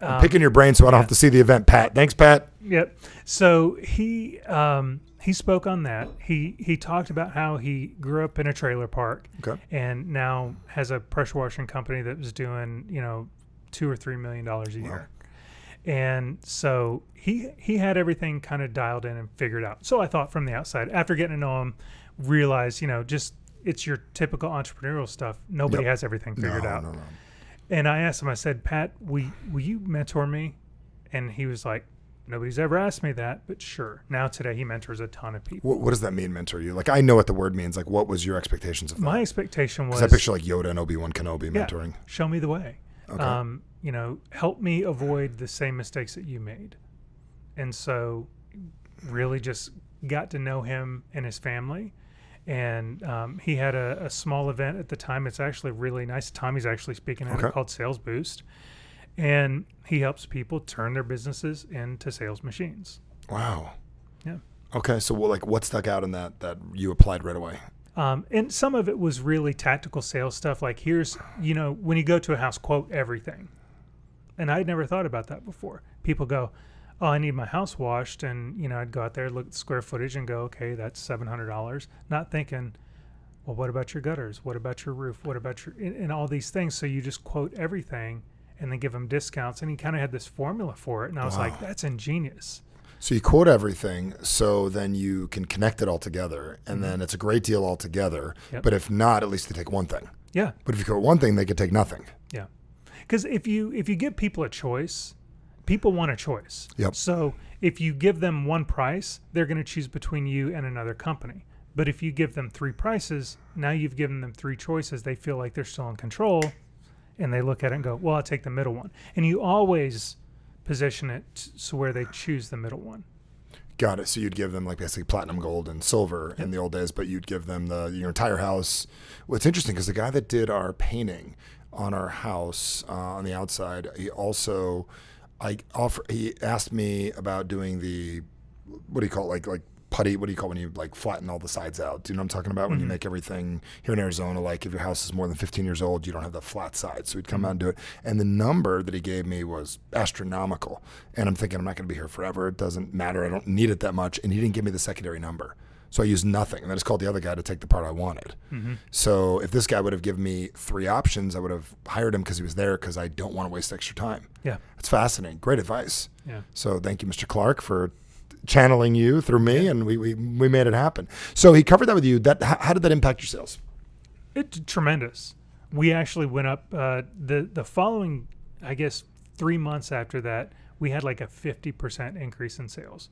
[SPEAKER 1] Uh,
[SPEAKER 2] I'm picking your brain so I don't have to see the event, Pat. Thanks, Pat.
[SPEAKER 1] Yep. So he um, he spoke on that. He he talked about how he grew up in a trailer park
[SPEAKER 2] Okay.
[SPEAKER 1] and now has a pressure washing company that was doing you know two or three million dollars a year. And so he he had everything kind of dialed in and figured out. So I thought from the outside, after getting to know him, realized you know just it's your typical entrepreneurial stuff. Nobody
[SPEAKER 2] Yep.
[SPEAKER 1] has everything figured
[SPEAKER 2] no,
[SPEAKER 1] out.
[SPEAKER 2] No, no.
[SPEAKER 1] And I asked him, I said, Pat, will, will you mentor me? And he was like, nobody's ever asked me that, but sure. Now today he mentors a ton of people.
[SPEAKER 2] What, what does that mean, mentor you? Like, I know what the word means. Like, what was your expectations of that?
[SPEAKER 1] My expectation was,
[SPEAKER 2] Because I picture like Yoda and Obi Wan Kenobi
[SPEAKER 1] yeah,
[SPEAKER 2] mentoring.
[SPEAKER 1] show me the way.
[SPEAKER 2] Okay.
[SPEAKER 1] Um, you know, help me avoid the same mistakes that you made. And so really just got to know him and his family. And um, he had a, a small event at the time. It's actually really nice. Tommy's actually speaking at
[SPEAKER 2] Okay.
[SPEAKER 1] it called Sales Boost. And he helps people turn their businesses into sales machines.
[SPEAKER 2] Wow.
[SPEAKER 1] Yeah.
[SPEAKER 2] Okay. So, well, like, what stuck out in that that you applied right away?
[SPEAKER 1] Um, and some of it was really tactical sales stuff. Like here's, you know, when you go to a house, quote everything. And I'd never thought about that before. People go, "Oh, I need my house washed," and you know, I'd go out there, look at the square footage, and go, "Okay, that's seven hundred dollars." Not thinking, well, what about your gutters? What about your roof? What about your and, and all these things? So you just quote everything and then give them discounts. And he kind of had this formula for it, and I was like, that's ingenious.
[SPEAKER 2] So you quote everything, so then you can connect it all together, and then it's a great deal altogether.
[SPEAKER 1] Mm-hmm. Yep.
[SPEAKER 2] But if not, at least they take one thing.
[SPEAKER 1] Yeah,
[SPEAKER 2] But if you quote one thing, they could take nothing.
[SPEAKER 1] Yeah, because if you if you give people a choice, people want a choice.
[SPEAKER 2] Yep.
[SPEAKER 1] So if you give them one price, they're going to choose between you and another company. But if you give them three prices, now you've given them three choices. They feel like they're still in control, and they look at it and go, "Well, I'll take the middle one." And you always position it t- so where they choose the middle one.
[SPEAKER 2] Got it. So you'd give them like basically platinum, gold, and silver in the old days, but you'd give them the your entire house. Well, it's interesting because the guy that did our painting on our house uh, on the outside, he also I offer he asked me about doing the what do you call it like like putty what do you call it when you like flatten all the sides out do you know what i'm talking about when you make everything here in arizona like if your house is more than 15 years old you don't have the flat side so he'd come out and do it and the number that he gave me was astronomical and i'm thinking i'm not going to be here forever it doesn't matter i don't need it that much and he didn't give me the secondary number so I used nothing, and I just called the other guy to take the part I wanted. So if this guy would have given me three options, I would have hired him because he was there. Because I don't want to waste extra time.
[SPEAKER 1] Yeah.
[SPEAKER 2] It's fascinating. Great advice.
[SPEAKER 1] Yeah.
[SPEAKER 2] So thank you, Mr. Clark, for channeling you through me, and we, we we made it happen. So he covered that with you. That how, how did that impact your sales?
[SPEAKER 1] It's tremendous. We actually went up uh, the the following, I guess, three months after that. We had like a fifty percent increase in sales.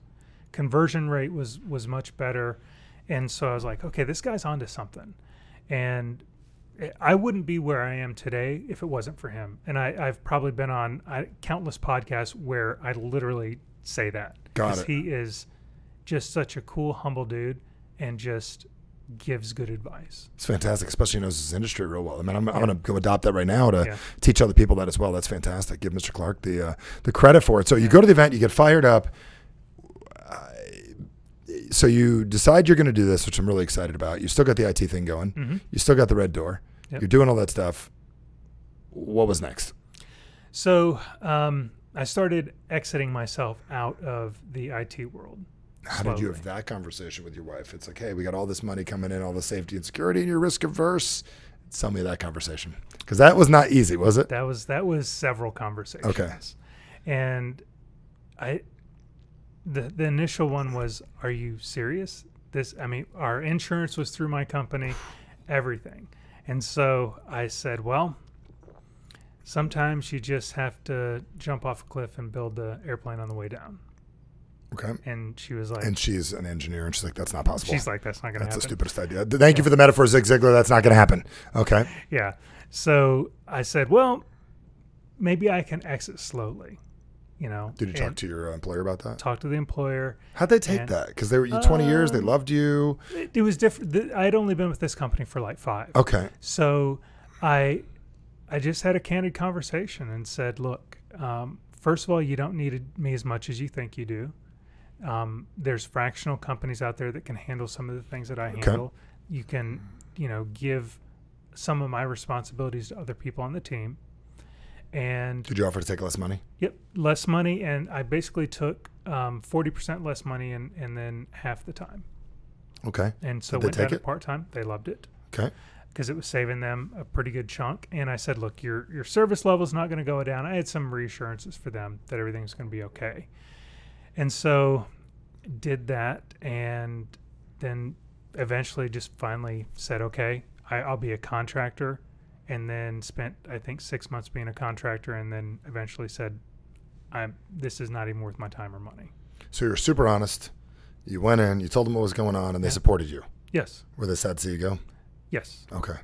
[SPEAKER 1] Conversion rate was was much better, and so I was like, okay, this guy's onto something. And I- I wouldn't be where I am today if it wasn't for him. And I, I've probably been on I, countless podcasts where I literally say that
[SPEAKER 2] Got
[SPEAKER 1] 'Cause
[SPEAKER 2] it.
[SPEAKER 1] he is just such a cool, humble dude, and just gives good advice.
[SPEAKER 2] It's fantastic, especially knows his industry real well. I mean, I'm, I'm going to go adopt that right now to
[SPEAKER 1] Yeah.
[SPEAKER 2] teach other people that as well. That's fantastic. Give Mr. Clark the uh, the credit for it. So you go to the event, you get fired up. Uh, so you decide you're going to do this, which I'm really excited about. You still got the IT thing going. You still got the red door.
[SPEAKER 1] Mm-hmm. Yep.
[SPEAKER 2] You're doing all that stuff. What was next?
[SPEAKER 1] So um, I started exiting myself out of the IT world.
[SPEAKER 2] How did you have that conversation with your wife? It's like, hey, we got all this money coming in, all the safety and security, and you're risk averse. Tell me that conversation because that was not easy, was it?
[SPEAKER 1] That was that was several conversations.
[SPEAKER 2] Okay.
[SPEAKER 1] And I the the initial one was, Are you serious? This I mean, our insurance was through my company, everything. And so I said, Well, sometimes you just have to jump off a cliff and build the airplane on the way down.
[SPEAKER 2] Okay.
[SPEAKER 1] And she was like
[SPEAKER 2] And she's an engineer, and she's like, that's not possible.
[SPEAKER 1] She's like, That's not gonna
[SPEAKER 2] that's the
[SPEAKER 1] happen.
[SPEAKER 2] stupidest idea. Th- Thank you for the metaphor, Zig Ziglar. That's not going to happen. Okay.
[SPEAKER 1] Yeah. So I said, well, maybe I can exit slowly. You know,
[SPEAKER 2] Did you
[SPEAKER 1] and
[SPEAKER 2] talk to your uh, employer about that?
[SPEAKER 1] talk to the employer?
[SPEAKER 2] How'd they take
[SPEAKER 1] and-
[SPEAKER 2] that? Because they were you 20 years,
[SPEAKER 1] Um,
[SPEAKER 2] they loved you.
[SPEAKER 1] It, it was different. I had only been with this company for like five.
[SPEAKER 2] Okay.
[SPEAKER 1] So I, I just had a candid conversation and said, look, um, first of all, you don't need me as much as you think you do. Um, there's fractional companies out there that can handle some of the things that I handle. You can, you know, give some of my responsibilities to other people on the team. And
[SPEAKER 2] Did you offer to take less money?
[SPEAKER 1] Yep, less money, and I basically took um, forty percent less money, and and then half the time,
[SPEAKER 2] Okay.
[SPEAKER 1] and so
[SPEAKER 2] Did they
[SPEAKER 1] went down
[SPEAKER 2] take
[SPEAKER 1] to
[SPEAKER 2] it?
[SPEAKER 1] part time. They loved it
[SPEAKER 2] Okay.
[SPEAKER 1] because it was saving them a pretty good chunk. And I said, look, your your service level's not going to go down. I had some reassurances for them that everything's going to be okay, and so did that, and then eventually just finally said, okay, I, I'll be a contractor, and then spent I think six months being a contractor, and then eventually said. I'm, this is not even worth my time or money.
[SPEAKER 2] So you were super honest. You went in, you told them what was going on, and they supported you.
[SPEAKER 1] Yes.
[SPEAKER 2] Were they sad to see you go?
[SPEAKER 1] Yes.
[SPEAKER 2] Okay.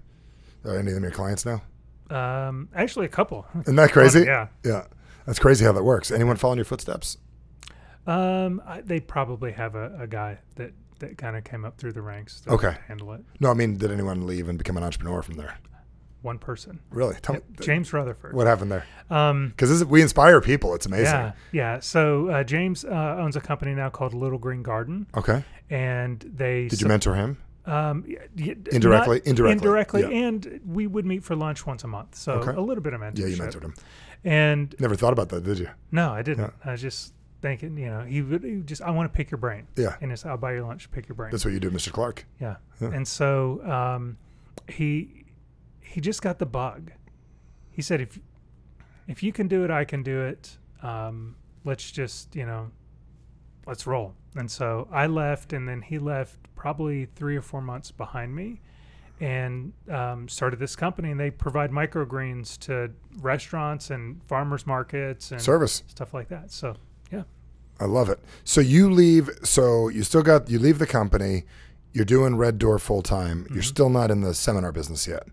[SPEAKER 2] Are any of them your clients now?
[SPEAKER 1] Um, actually, a couple.
[SPEAKER 2] Isn't that crazy?
[SPEAKER 1] yeah.
[SPEAKER 2] Yeah. That's crazy how that works. Anyone follow in your footsteps?
[SPEAKER 1] Um, I, they probably have a, a guy that, that kind of came up through the ranks. That
[SPEAKER 2] Okay.
[SPEAKER 1] could Handle it.
[SPEAKER 2] No, I mean, did anyone leave and become an entrepreneur from there?
[SPEAKER 1] One person.
[SPEAKER 2] Really? Tell me
[SPEAKER 1] James Rutherford.
[SPEAKER 2] what happened there?
[SPEAKER 1] Um,
[SPEAKER 2] Because we inspire people. It's amazing.
[SPEAKER 1] yeah. Yeah. So uh, James uh, owns a company now called Little Green Garden,
[SPEAKER 2] Okay.
[SPEAKER 1] and they.
[SPEAKER 2] Did you mentor him?
[SPEAKER 1] Um, y- y- not-
[SPEAKER 2] Indirectly- indirectly,
[SPEAKER 1] indirectly,
[SPEAKER 2] yeah.
[SPEAKER 1] and we would meet for lunch once a month, so
[SPEAKER 2] Okay.
[SPEAKER 1] a little bit of mentorship.
[SPEAKER 2] Yeah, you mentored him.
[SPEAKER 1] And
[SPEAKER 2] Never thought about that, did you?
[SPEAKER 1] no, I didn't. I was just thinking, you know, he would he would just I want to pick your brain.
[SPEAKER 2] Yeah.
[SPEAKER 1] and it's I'll buy your lunch, pick your brain.
[SPEAKER 2] That's what you do, Mr. Clark.
[SPEAKER 1] Yeah. And so um, he he just got the bug. He said, if if you can do it, I can do it. Um, let's just you know, let's roll. And so I left, and then he left probably three or four months behind me, and um, started this company. And they provide microgreens to restaurants and farmers markets and
[SPEAKER 2] Service.
[SPEAKER 1] stuff like that. So yeah,
[SPEAKER 2] I love it. So you leave. So you still got you leave the company. You're doing Red Door full time.
[SPEAKER 1] Mm-hmm.
[SPEAKER 2] You're still not in the seminar business yet.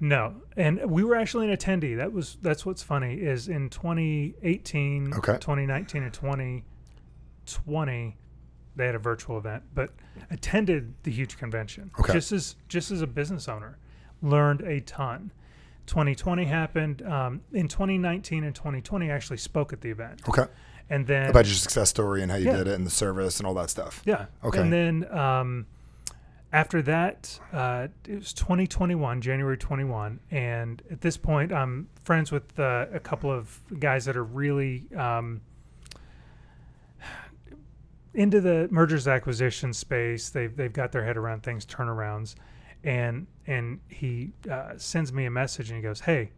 [SPEAKER 1] No, and we were actually an attendee. That was that's what's funny is in 2018,
[SPEAKER 2] Okay.
[SPEAKER 1] 2019, and 2020, they had a virtual event, but attended the huge convention.
[SPEAKER 2] Okay.
[SPEAKER 1] Just as just as a business owner, learned a ton. 2020 happened. Um, in 2019 and 2020, I actually spoke at the event,
[SPEAKER 2] Okay.
[SPEAKER 1] and then
[SPEAKER 2] Oh. About your success story and how you
[SPEAKER 1] Yeah.
[SPEAKER 2] did it and the service and all that stuff.
[SPEAKER 1] yeah.
[SPEAKER 2] Okay.
[SPEAKER 1] And then um, after that, uh, it was 2021, January 21, and at this point, I'm friends with uh, a couple of guys that are really um, into the mergers acquisition space. They've they've got their head around things, turnarounds, and and he uh, sends me a message and he goes, "Hey,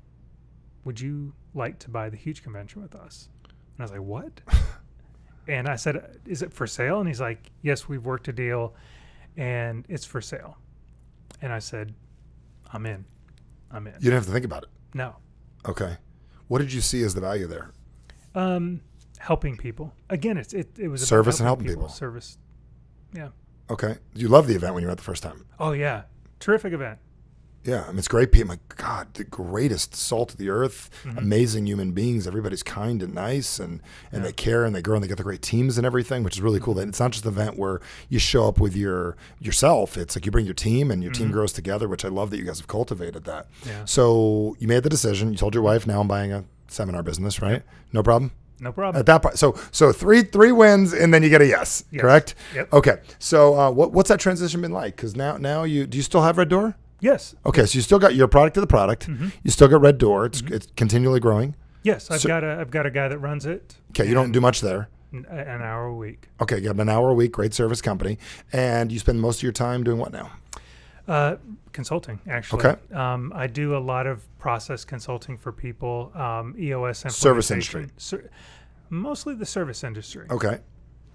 [SPEAKER 1] would you like to buy the huge convention with us?" And I was like, "What?" and I said, "Is it for sale?" And he's like, "Yes, we've worked a deal, and it's for sale." And I said, "I'm in. I'm in."
[SPEAKER 2] You didn't have to think about it.
[SPEAKER 1] No,
[SPEAKER 2] Okay. What did you see as the value there?
[SPEAKER 1] um, helping people. Again, it's it, it was about
[SPEAKER 2] Service and helping people.
[SPEAKER 1] Service. Yeah.
[SPEAKER 2] Okay. You loved the event when you were at the first time.
[SPEAKER 1] Oh yeah, terrific event.
[SPEAKER 2] Yeah, I mean, it's great. People, my God, the greatest salt of the earth, amazing human beings. Everybody's kind and nice, and and they care and they grow and they got the great teams and everything, which is really cool. That it's not just an event where you show up with your yourself. It's like you bring your team and your team grows together, which I love that you guys have cultivated that.
[SPEAKER 1] Yeah.
[SPEAKER 2] So you made the decision. You told your wife, now I'm buying a seminar business, right? No problem.
[SPEAKER 1] No problem.
[SPEAKER 2] At that point, so so three three wins and then you get a yes,
[SPEAKER 1] Yes.
[SPEAKER 2] correct?
[SPEAKER 1] Yep.
[SPEAKER 2] Okay. So uh, what what's that transition been like? Because now now you do you still have Red Door?
[SPEAKER 1] yes.
[SPEAKER 2] Okay, so you still got your product to the product.
[SPEAKER 1] Mm-hmm.
[SPEAKER 2] You still got Red Door. It's, it's continually growing.
[SPEAKER 1] Yes. I've
[SPEAKER 2] So-
[SPEAKER 1] got a I've got a guy that runs it.
[SPEAKER 2] Okay, you don't do much there.
[SPEAKER 1] An, an hour a week.
[SPEAKER 2] Okay, you got an hour a week, great service company, and you spend most of your time doing what now?
[SPEAKER 1] Uh, consulting, actually.
[SPEAKER 2] Okay.
[SPEAKER 1] Um, I do a lot of process consulting for people. Um, EOS
[SPEAKER 2] Service
[SPEAKER 1] implementation.
[SPEAKER 2] industry. Oh.
[SPEAKER 1] Ser- mostly the service industry,
[SPEAKER 2] Okay,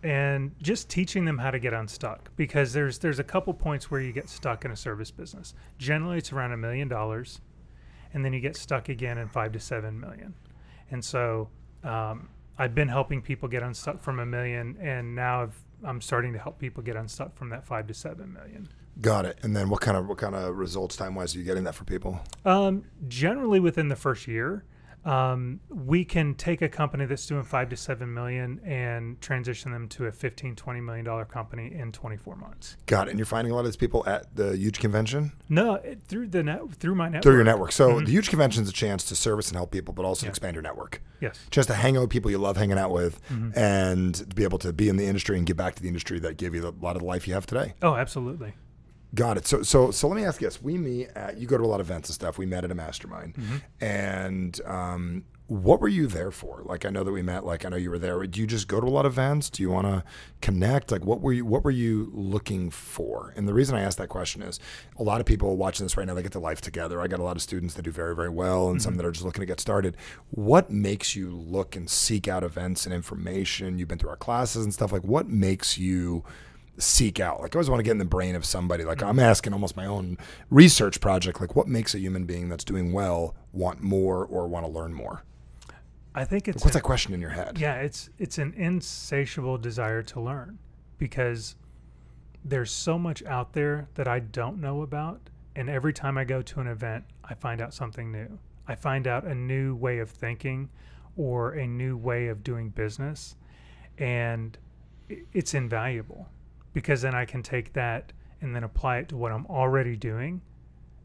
[SPEAKER 1] and just teaching them how to get unstuck because there's there's a couple points where you get stuck in a service business. Generally, it's around a million dollars, and then you get stuck again in five to seven million. And so, um, I've been helping people get unstuck from a million, and now I've, I'm starting to help people get unstuck from that five to seven million.
[SPEAKER 2] got it. And then what kind of what kind of results time wise are you getting that for people?
[SPEAKER 1] Um, generally within the first year, um, we can take a company that's doing five to seven million and transition them to a 15, 20 million dollar company in 24 months.
[SPEAKER 2] Got it. And you're finding a lot of these people at the huge convention
[SPEAKER 1] No, it, through the net, through my network.
[SPEAKER 2] through your network. So the huge convention's a chance to service and help people, but also
[SPEAKER 1] Mm-hmm. Yeah.
[SPEAKER 2] expand your network.
[SPEAKER 1] Yes.
[SPEAKER 2] Just to hang out with people you love hanging out with, and to be able to be in the industry and give back to the industry that gave you a lot of the life you have today.
[SPEAKER 1] Oh, absolutely.
[SPEAKER 2] Got it. So so so let me ask you this: We meet at you go to a lot of events and stuff. We met at a mastermind, and um, what were you there for? Like I know that we met. Like I know you were there. Do you just go to a lot of events? Do you want to connect? Like what were you what were you looking for? And the reason I asked that question is a lot of people watching this right now they get their life together. I got a lot of students that do very very well, and some that are just looking to get started. What makes you look and seek out events and information? You've been through our classes and stuff. Like what makes you seek out? Like I always want to get in the brain of somebody. Like I'm asking almost my own research project. Like what makes a human being that's doing well want more or want to learn more?
[SPEAKER 1] I think it's
[SPEAKER 2] What's
[SPEAKER 1] an-
[SPEAKER 2] that question in your head?
[SPEAKER 1] yeah, it's it's an insatiable desire to learn because there's so much out there that I don't know about, and every time I go to an event, I find out something new. I find out a new way of thinking or a new way of doing business, and i- it's invaluable because then I can take that and then apply it to what I'm already doing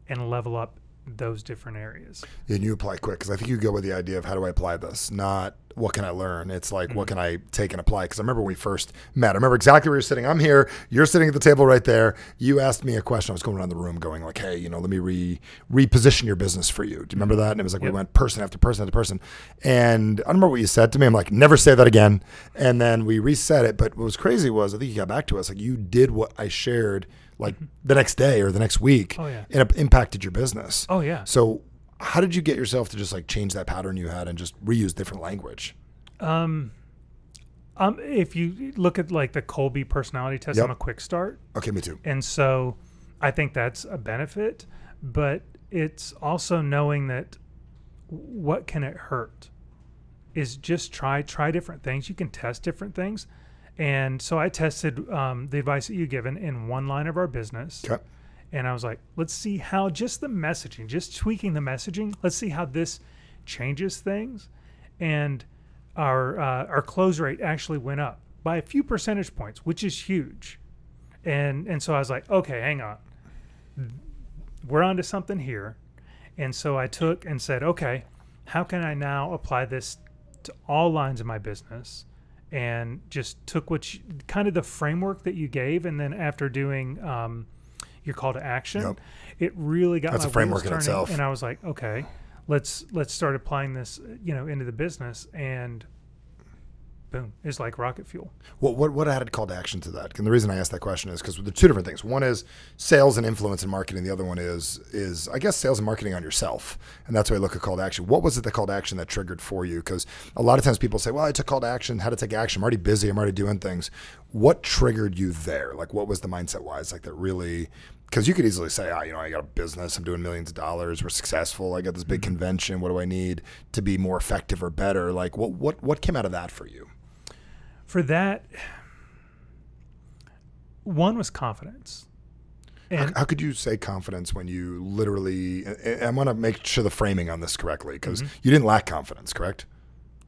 [SPEAKER 1] and level up those different areas.
[SPEAKER 2] And you apply quick because I think you go with the idea of how do I apply this, not what can I learn? It's like,
[SPEAKER 1] Mm-hmm.
[SPEAKER 2] what can I take and apply? Because I remember when we first met, I remember exactly where you're sitting. I'm here, you're sitting at the table right there. You asked me a question. I was going around the room going, like, hey, you know, let me re reposition your business for you. Do you remember
[SPEAKER 1] Mm-hmm.
[SPEAKER 2] that? And it was like, we went person after person after person. And I remember what you said to me. I'm like, never say that again. And then we reset it. But what was crazy was, I think you got back to us, like, you did what I shared like the next day or the next week.
[SPEAKER 1] Mm-hmm. Oh, yeah.
[SPEAKER 2] And it impacted your business.
[SPEAKER 1] Oh yeah.
[SPEAKER 2] So, how did you get yourself to just like change that pattern you had and just reuse different language?
[SPEAKER 1] Um, if you look at like the Colby personality test,
[SPEAKER 2] Yep.
[SPEAKER 1] I'm a quick start,
[SPEAKER 2] Okay, me too.
[SPEAKER 1] and so I think that's a benefit. But it's also knowing that what can it hurt is just try try different things. You can test different things, and so I tested um, the advice that you given in one line of our business.
[SPEAKER 2] Okay.
[SPEAKER 1] And I was like, let's see how just the messaging, just tweaking the messaging, let's see how this changes things. And our uh, our close rate actually went up by a few percentage points, which is huge. And and so I was like, okay, hang on, we're onto something here. And so I took and said, okay, how can I now apply this to all lines of my business? And just took what you, kind of the framework that you gave, and then after doing um, your call to action,
[SPEAKER 2] Yep.
[SPEAKER 1] it really got
[SPEAKER 2] That's
[SPEAKER 1] my
[SPEAKER 2] a
[SPEAKER 1] wheels
[SPEAKER 2] framework in
[SPEAKER 1] turning,
[SPEAKER 2] itself.
[SPEAKER 1] And I was like, okay, let's let's start applying this, you know, into the business, and boom, it's like rocket fuel.
[SPEAKER 2] What what what added call to action to that? And the reason I asked that question is because the two different things. One is sales and influence and marketing. The other one is is I guess sales and marketing on yourself. And that's why I look at call to action. What was it the call to action that triggered for you? Because a lot of times people say, "Well, I took call to action. How to take action? I'm already busy. I'm already doing things." What triggered you there? Like, what was the mindset wise? Like that really. Because you could easily say, ah, you know, I got a business, I'm doing millions of dollars, we're successful, I got this big convention, what do I need to be more effective or better? Like, what what what came out of that for you?
[SPEAKER 1] For that, one was confidence,
[SPEAKER 2] How-
[SPEAKER 1] and
[SPEAKER 2] how, could you say confidence when you literally? I, want to make sure the framing on this correctly because you didn't lack confidence, correct?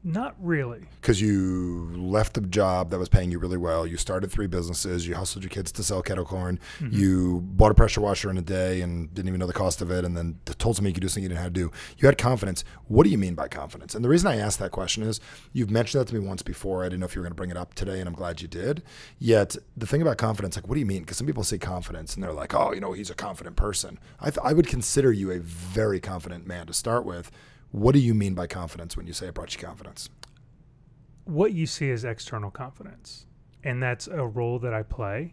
[SPEAKER 1] not really.
[SPEAKER 2] Because you left the job that was paying you really well. You started three businesses. You hustled your kids to sell kettle corn. You bought a pressure washer in a day and didn't even know the cost of it. And then t- told somebody you could do something you didn't know how to do. You had confidence. What do you mean by confidence? And the reason I asked that question is you've mentioned that to me once before. I didn't know if you were going to bring it up today, and I'm glad you did. Yet the thing about confidence, like, what do you mean? Because some people say confidence and they're like, oh, you know, he's a confident person. I, th- I would consider you a very confident man to start with. What do you mean by confidence when you say it brought you confidence?
[SPEAKER 1] what you see is external confidence and that's a role that i play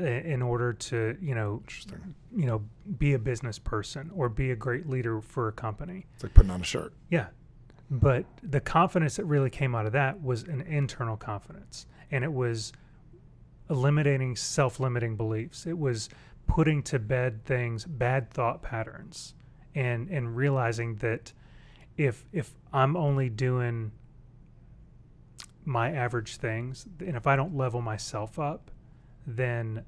[SPEAKER 1] i- in order to you know
[SPEAKER 2] Interesting.
[SPEAKER 1] you know be a business person or be a great leader for a company
[SPEAKER 2] It's like putting on a shirt.
[SPEAKER 1] yeah but the confidence that really came out of that was an internal confidence and it was eliminating self-limiting beliefs it was putting to bed things bad thought patterns and and realizing that if if i'm only doing my average things and if i don't level myself up then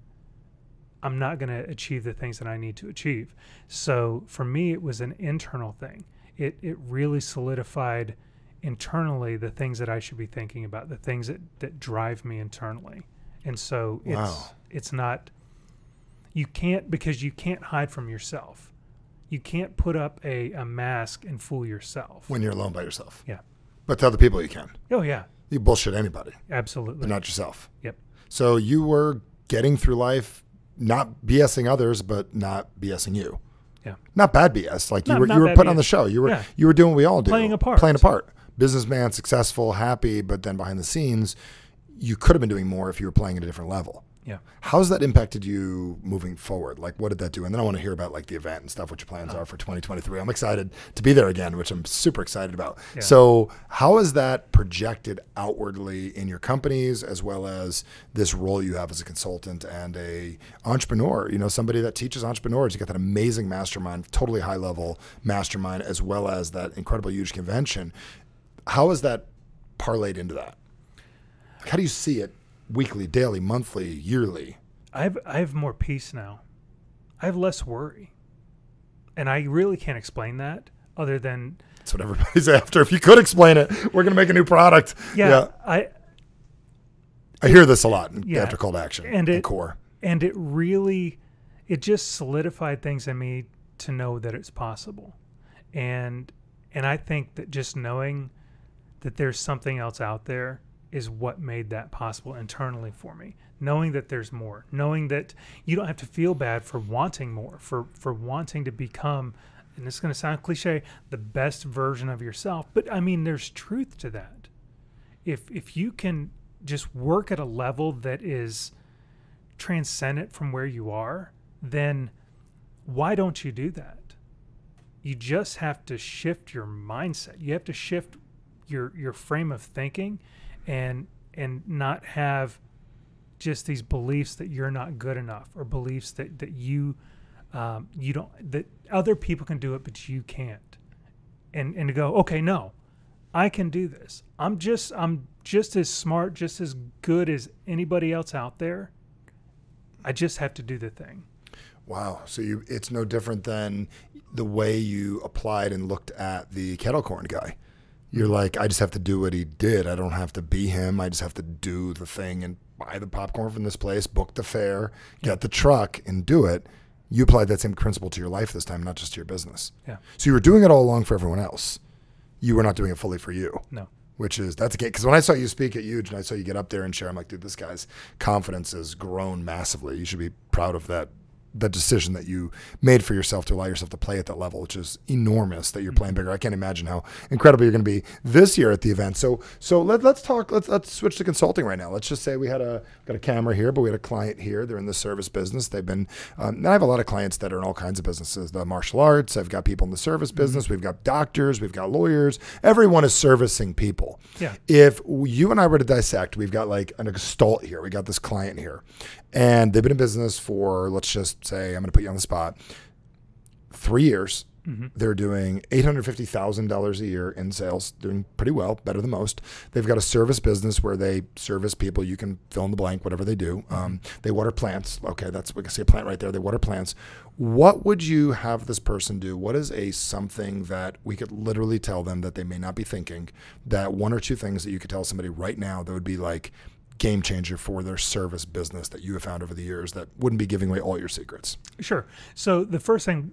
[SPEAKER 1] i'm not going to achieve the things that i need to achieve so for me it was an internal thing it it really solidified internally the things that i should be thinking about the things that that drive me internally and so
[SPEAKER 2] Wow.
[SPEAKER 1] it's it's not you can't because you can't hide from yourself you can't put up a, a mask and fool yourself
[SPEAKER 2] when you're alone by yourself.
[SPEAKER 1] yeah
[SPEAKER 2] But to other people, you can.
[SPEAKER 1] oh yeah
[SPEAKER 2] You bullshit anybody,
[SPEAKER 1] absolutely
[SPEAKER 2] but not yourself.
[SPEAKER 1] yep
[SPEAKER 2] So you were getting through life, not BSing others, but not BSing you.
[SPEAKER 1] yeah
[SPEAKER 2] Not bad BS. Like you
[SPEAKER 1] No,
[SPEAKER 2] were,
[SPEAKER 1] not
[SPEAKER 2] you were
[SPEAKER 1] bad
[SPEAKER 2] putting on the
[SPEAKER 1] BS.
[SPEAKER 2] show. You were,
[SPEAKER 1] Yeah.
[SPEAKER 2] you were doing what we all do.
[SPEAKER 1] Playing a part.
[SPEAKER 2] Playing a part. Businessman, successful, happy, but then behind the scenes, you could have been doing more if you were playing at a different level.
[SPEAKER 1] yeah
[SPEAKER 2] How's that impacted you moving forward? Like, what did that do? And then I want to hear about like the event and stuff, what your plans are for 2023. I'm excited to be there again, which I'm super excited about. So, how is that projected outwardly in your companies, as well as this role you have as a consultant and a entrepreneur? You know, somebody that teaches entrepreneurs. You got that amazing mastermind, totally high level mastermind, as well as that incredible huge convention. How is that parlayed into that? Like, how do you see it weekly, daily, monthly, yearly?
[SPEAKER 1] I have I have more peace now. I have less worry. And I really can't explain that other than
[SPEAKER 2] That's what everybody's after. If you could explain it, we're going to make a new product.
[SPEAKER 1] yeah, I
[SPEAKER 2] I hear this a lot in-
[SPEAKER 1] Yeah.
[SPEAKER 2] after call to action
[SPEAKER 1] And it-
[SPEAKER 2] core.
[SPEAKER 1] and it really it just solidified things in me to know that it's possible. And and I think that just knowing that there's something else out there is what made that possible internally for me knowing that there's more knowing that you don't have to feel bad for wanting more for for wanting to become and it's going to sound cliche the best version of yourself but i mean there's truth to that if if you can just work at a level that is transcendent from where you are then why don't you do that you just have to shift your mindset you have to shift your your frame of thinking and and not have just these beliefs that you're not good enough or beliefs that that you um, you don't that other people can do it but you can't and and to go okay no i can do this i'm just i'm just as smart just as good as anybody else out there i just have to do the thing
[SPEAKER 2] Wow. So you, it's no different than the way you applied and looked at the kettle corn guy. You're like, I just have to do what he did. I don't have to be him. I just have to do the thing and buy the popcorn from this place, book the fare, get the truck, and do it. You applied that same principle to your life this time, not just to your business.
[SPEAKER 1] Yeah.
[SPEAKER 2] So you were doing it all along for everyone else. You were not doing it fully for you
[SPEAKER 1] no
[SPEAKER 2] which is that's a gate. Because when I saw you speak at Huge and I saw you get up there and share, I'm like, dude, this guy's confidence has grown massively. You should be proud of that the decision that you made for yourself to allow yourself to play at that level, which is enormous that you're playing bigger. I can't imagine how incredible you're going to be this year at the event. So, so let, let's talk, let's, let's switch to consulting right now. Let's just say we had a, got a camera here, but we had a client here. They're in the service business. They've been, um, and I have a lot of clients that are in all kinds of businesses, the martial arts. I've got people in the service business. We've got doctors, we've got lawyers. Everyone is servicing people.
[SPEAKER 1] Yeah.
[SPEAKER 2] If you and I were to dissect, we've got like an gestalt here. We got this client here, and they've been in business for, let's just say, I'm going to put you on the spot, three years. They're doing $850,000 a year in sales, doing pretty well, better than most. They've got a service business where they service people. You can fill in the blank, whatever they do. Um, they water plants. Okay, that's, we can see a plant right there. They water plants. What would you have this person do? What is a something that we could literally tell them that they may not be thinking? That one or two things that you could tell somebody right now that would be like game changer for their service business that you have found over the years that wouldn't be giving away all your secrets?
[SPEAKER 1] sure so the first thing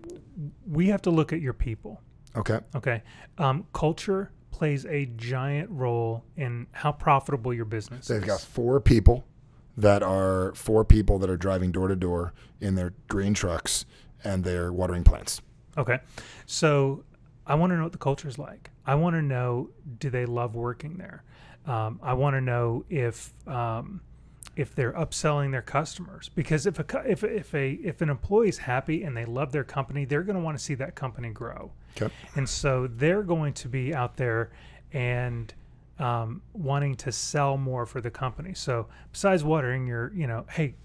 [SPEAKER 1] we have to look at your people
[SPEAKER 2] Okay.
[SPEAKER 1] Okay. Um, culture plays a giant role in how profitable your business
[SPEAKER 2] They've
[SPEAKER 1] is.
[SPEAKER 2] got four people that are four people that are driving door to door in their green trucks and they're watering plants.
[SPEAKER 1] Okay. So I want to know what the culture is like. I want to know do they love working there? Um, I want to know if um, if they're upselling their customers because if a cu- if if a if an employee's happy and they love their company, they're going to want to see that company grow.
[SPEAKER 2] Okay.
[SPEAKER 1] And so they're going to be out there and um, wanting to sell more for the company. So besides watering your, you know, hey,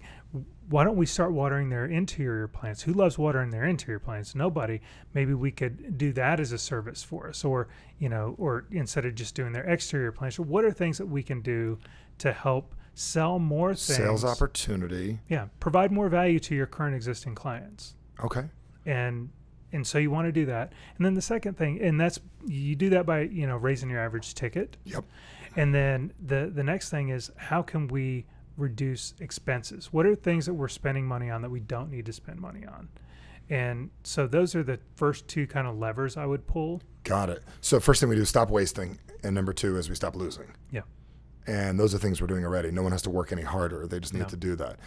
[SPEAKER 1] why don't we start watering their interior plants? Who loves watering their interior plants? Nobody. Maybe we could do that as a service for us, or you know, or instead of just doing their exterior plants. Or what are things that we can do to help sell more things?
[SPEAKER 2] Sales opportunity.
[SPEAKER 1] Yeah, provide more value to your current existing clients
[SPEAKER 2] Okay.
[SPEAKER 1] and and so you want to do that and then the second thing and that's you do that by you know raising your average ticket
[SPEAKER 2] Yep.
[SPEAKER 1] and then the the next thing is how can we reduce expenses what are things that we're spending money on that we don't need to spend money on and so those are the first two kind of levers i would pull
[SPEAKER 2] Got it. So first thing we do is stop wasting and number 2 is we stop losing.
[SPEAKER 1] yeah
[SPEAKER 2] And those are things we're doing already. No one has to work any harder. They just need
[SPEAKER 1] No.
[SPEAKER 2] to do that.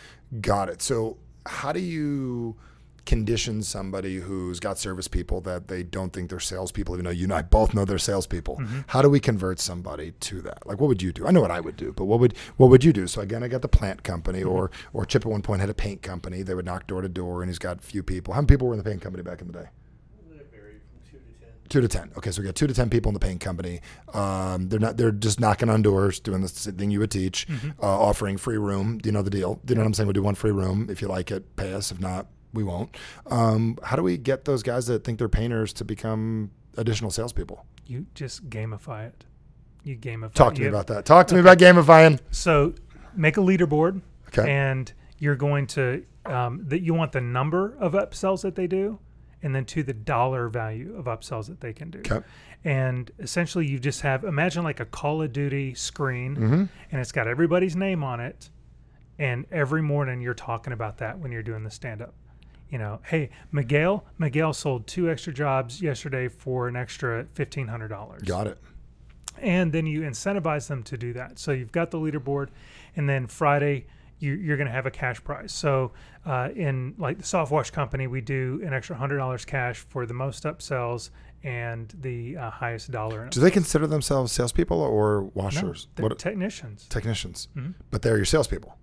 [SPEAKER 2] Got it. So, how do you condition somebody who's got service people that they don't think they're salespeople, even though you and I both know they're salespeople?
[SPEAKER 1] Mm-hmm.
[SPEAKER 2] How do we convert somebody to that? Like, what would you do? I know what I would do, but what would what would you do? So again, I got the plant company,
[SPEAKER 1] Mm-hmm.
[SPEAKER 2] or or Chip at one point had a paint company. They would knock door to door, and he's got few people. How many people were in the paint company back in the day?
[SPEAKER 3] It varied from two to ten.
[SPEAKER 2] Two to ten. Okay, so we got two to ten people in the paint company. Um, they're not. They're just knocking on doors, doing the s- thing you would teach,
[SPEAKER 1] Mm-hmm.
[SPEAKER 2] uh, offering free room. Do you know the deal? Do you know what I'm saying? We do one free room. If you like it, pay us. If not, we won't. Um, how do we get those guys that think they're painters to become additional salespeople?
[SPEAKER 1] you just gamify it you gamify
[SPEAKER 2] Talk to
[SPEAKER 1] you
[SPEAKER 2] me about that. Talk to me about gamifying.
[SPEAKER 1] So make a leaderboard,
[SPEAKER 2] Okay.
[SPEAKER 1] and you're going to um, that you want the number of upsells that they do, and then to the dollar value of upsells that they can do.
[SPEAKER 2] Okay.
[SPEAKER 1] And essentially, you just have imagine like a Call of Duty screen, and it's got everybody's name on it, and every morning you're talking about that when you're doing the stand up. You know, hey Miguel, Miguel sold two extra jobs yesterday for an extra fifteen hundred dollars
[SPEAKER 2] Got it.
[SPEAKER 1] and then you incentivize them to do that. So you've got the leaderboard, and then Friday you, you're going to have a cash prize. So uh, in like the soft wash company, we do an extra hundred dollars cash for the most upsells and the uh, highest dollar. in
[SPEAKER 2] Do they consider themselves salespeople or washers?
[SPEAKER 1] they're Mm-hmm.
[SPEAKER 2] what
[SPEAKER 1] technicians.
[SPEAKER 2] technicians? But they're your salespeople.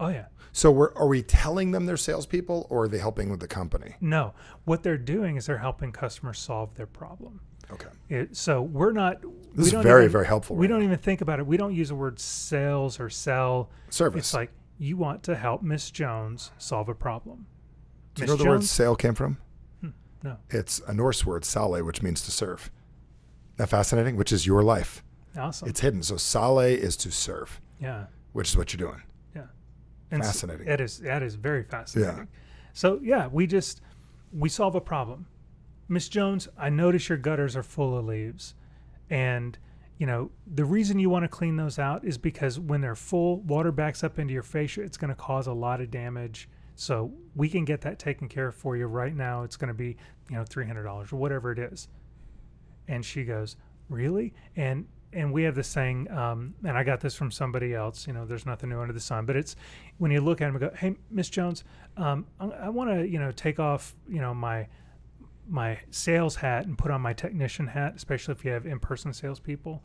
[SPEAKER 1] Oh yeah.
[SPEAKER 2] So we're, are we telling them they're salespeople or are they helping with the company?
[SPEAKER 1] No, what they're doing is they're helping customers solve their problem.
[SPEAKER 2] Okay.
[SPEAKER 1] It, so we're not.
[SPEAKER 2] This
[SPEAKER 1] we
[SPEAKER 2] is
[SPEAKER 1] don't
[SPEAKER 2] very,
[SPEAKER 1] even-
[SPEAKER 2] very helpful
[SPEAKER 1] We
[SPEAKER 2] right
[SPEAKER 1] don't even think about it. We don't use the word sales or sell.
[SPEAKER 2] Service.
[SPEAKER 1] It's like you want to help Miss Jones solve a problem.
[SPEAKER 2] Do you
[SPEAKER 1] Miss
[SPEAKER 2] know where the word
[SPEAKER 1] Jones, Hmm,
[SPEAKER 2] sale came from?
[SPEAKER 1] no.
[SPEAKER 2] It's a Norse word, sale, which means to serve. Isn't that fascinating? Which is your life.
[SPEAKER 1] awesome.
[SPEAKER 2] It's hidden. So sale is to serve,
[SPEAKER 1] yeah,
[SPEAKER 2] which is what you're doing.
[SPEAKER 1] yeah. And s-
[SPEAKER 2] Fascinating.
[SPEAKER 1] That is that is very fascinating. So yeah, we just we solve a problem. Miss Jones, I notice your gutters are full of leaves. And you know, the reason you want to clean those out is because when they're full, water backs up into your fascia, it's going to cause a lot of damage. So we can get that taken care of for you right now. It's going to be, you know, $300 or whatever it is. And she goes, "Really?" And and we have this saying, um, and I got this from somebody else. You know, there's nothing new under the sun, but it's when you look at him and go, "Hey, Miss Jones, um, I, I want to, you know, take off, you know, my my sales hat and put on my technician hat, especially if you have in-person salespeople.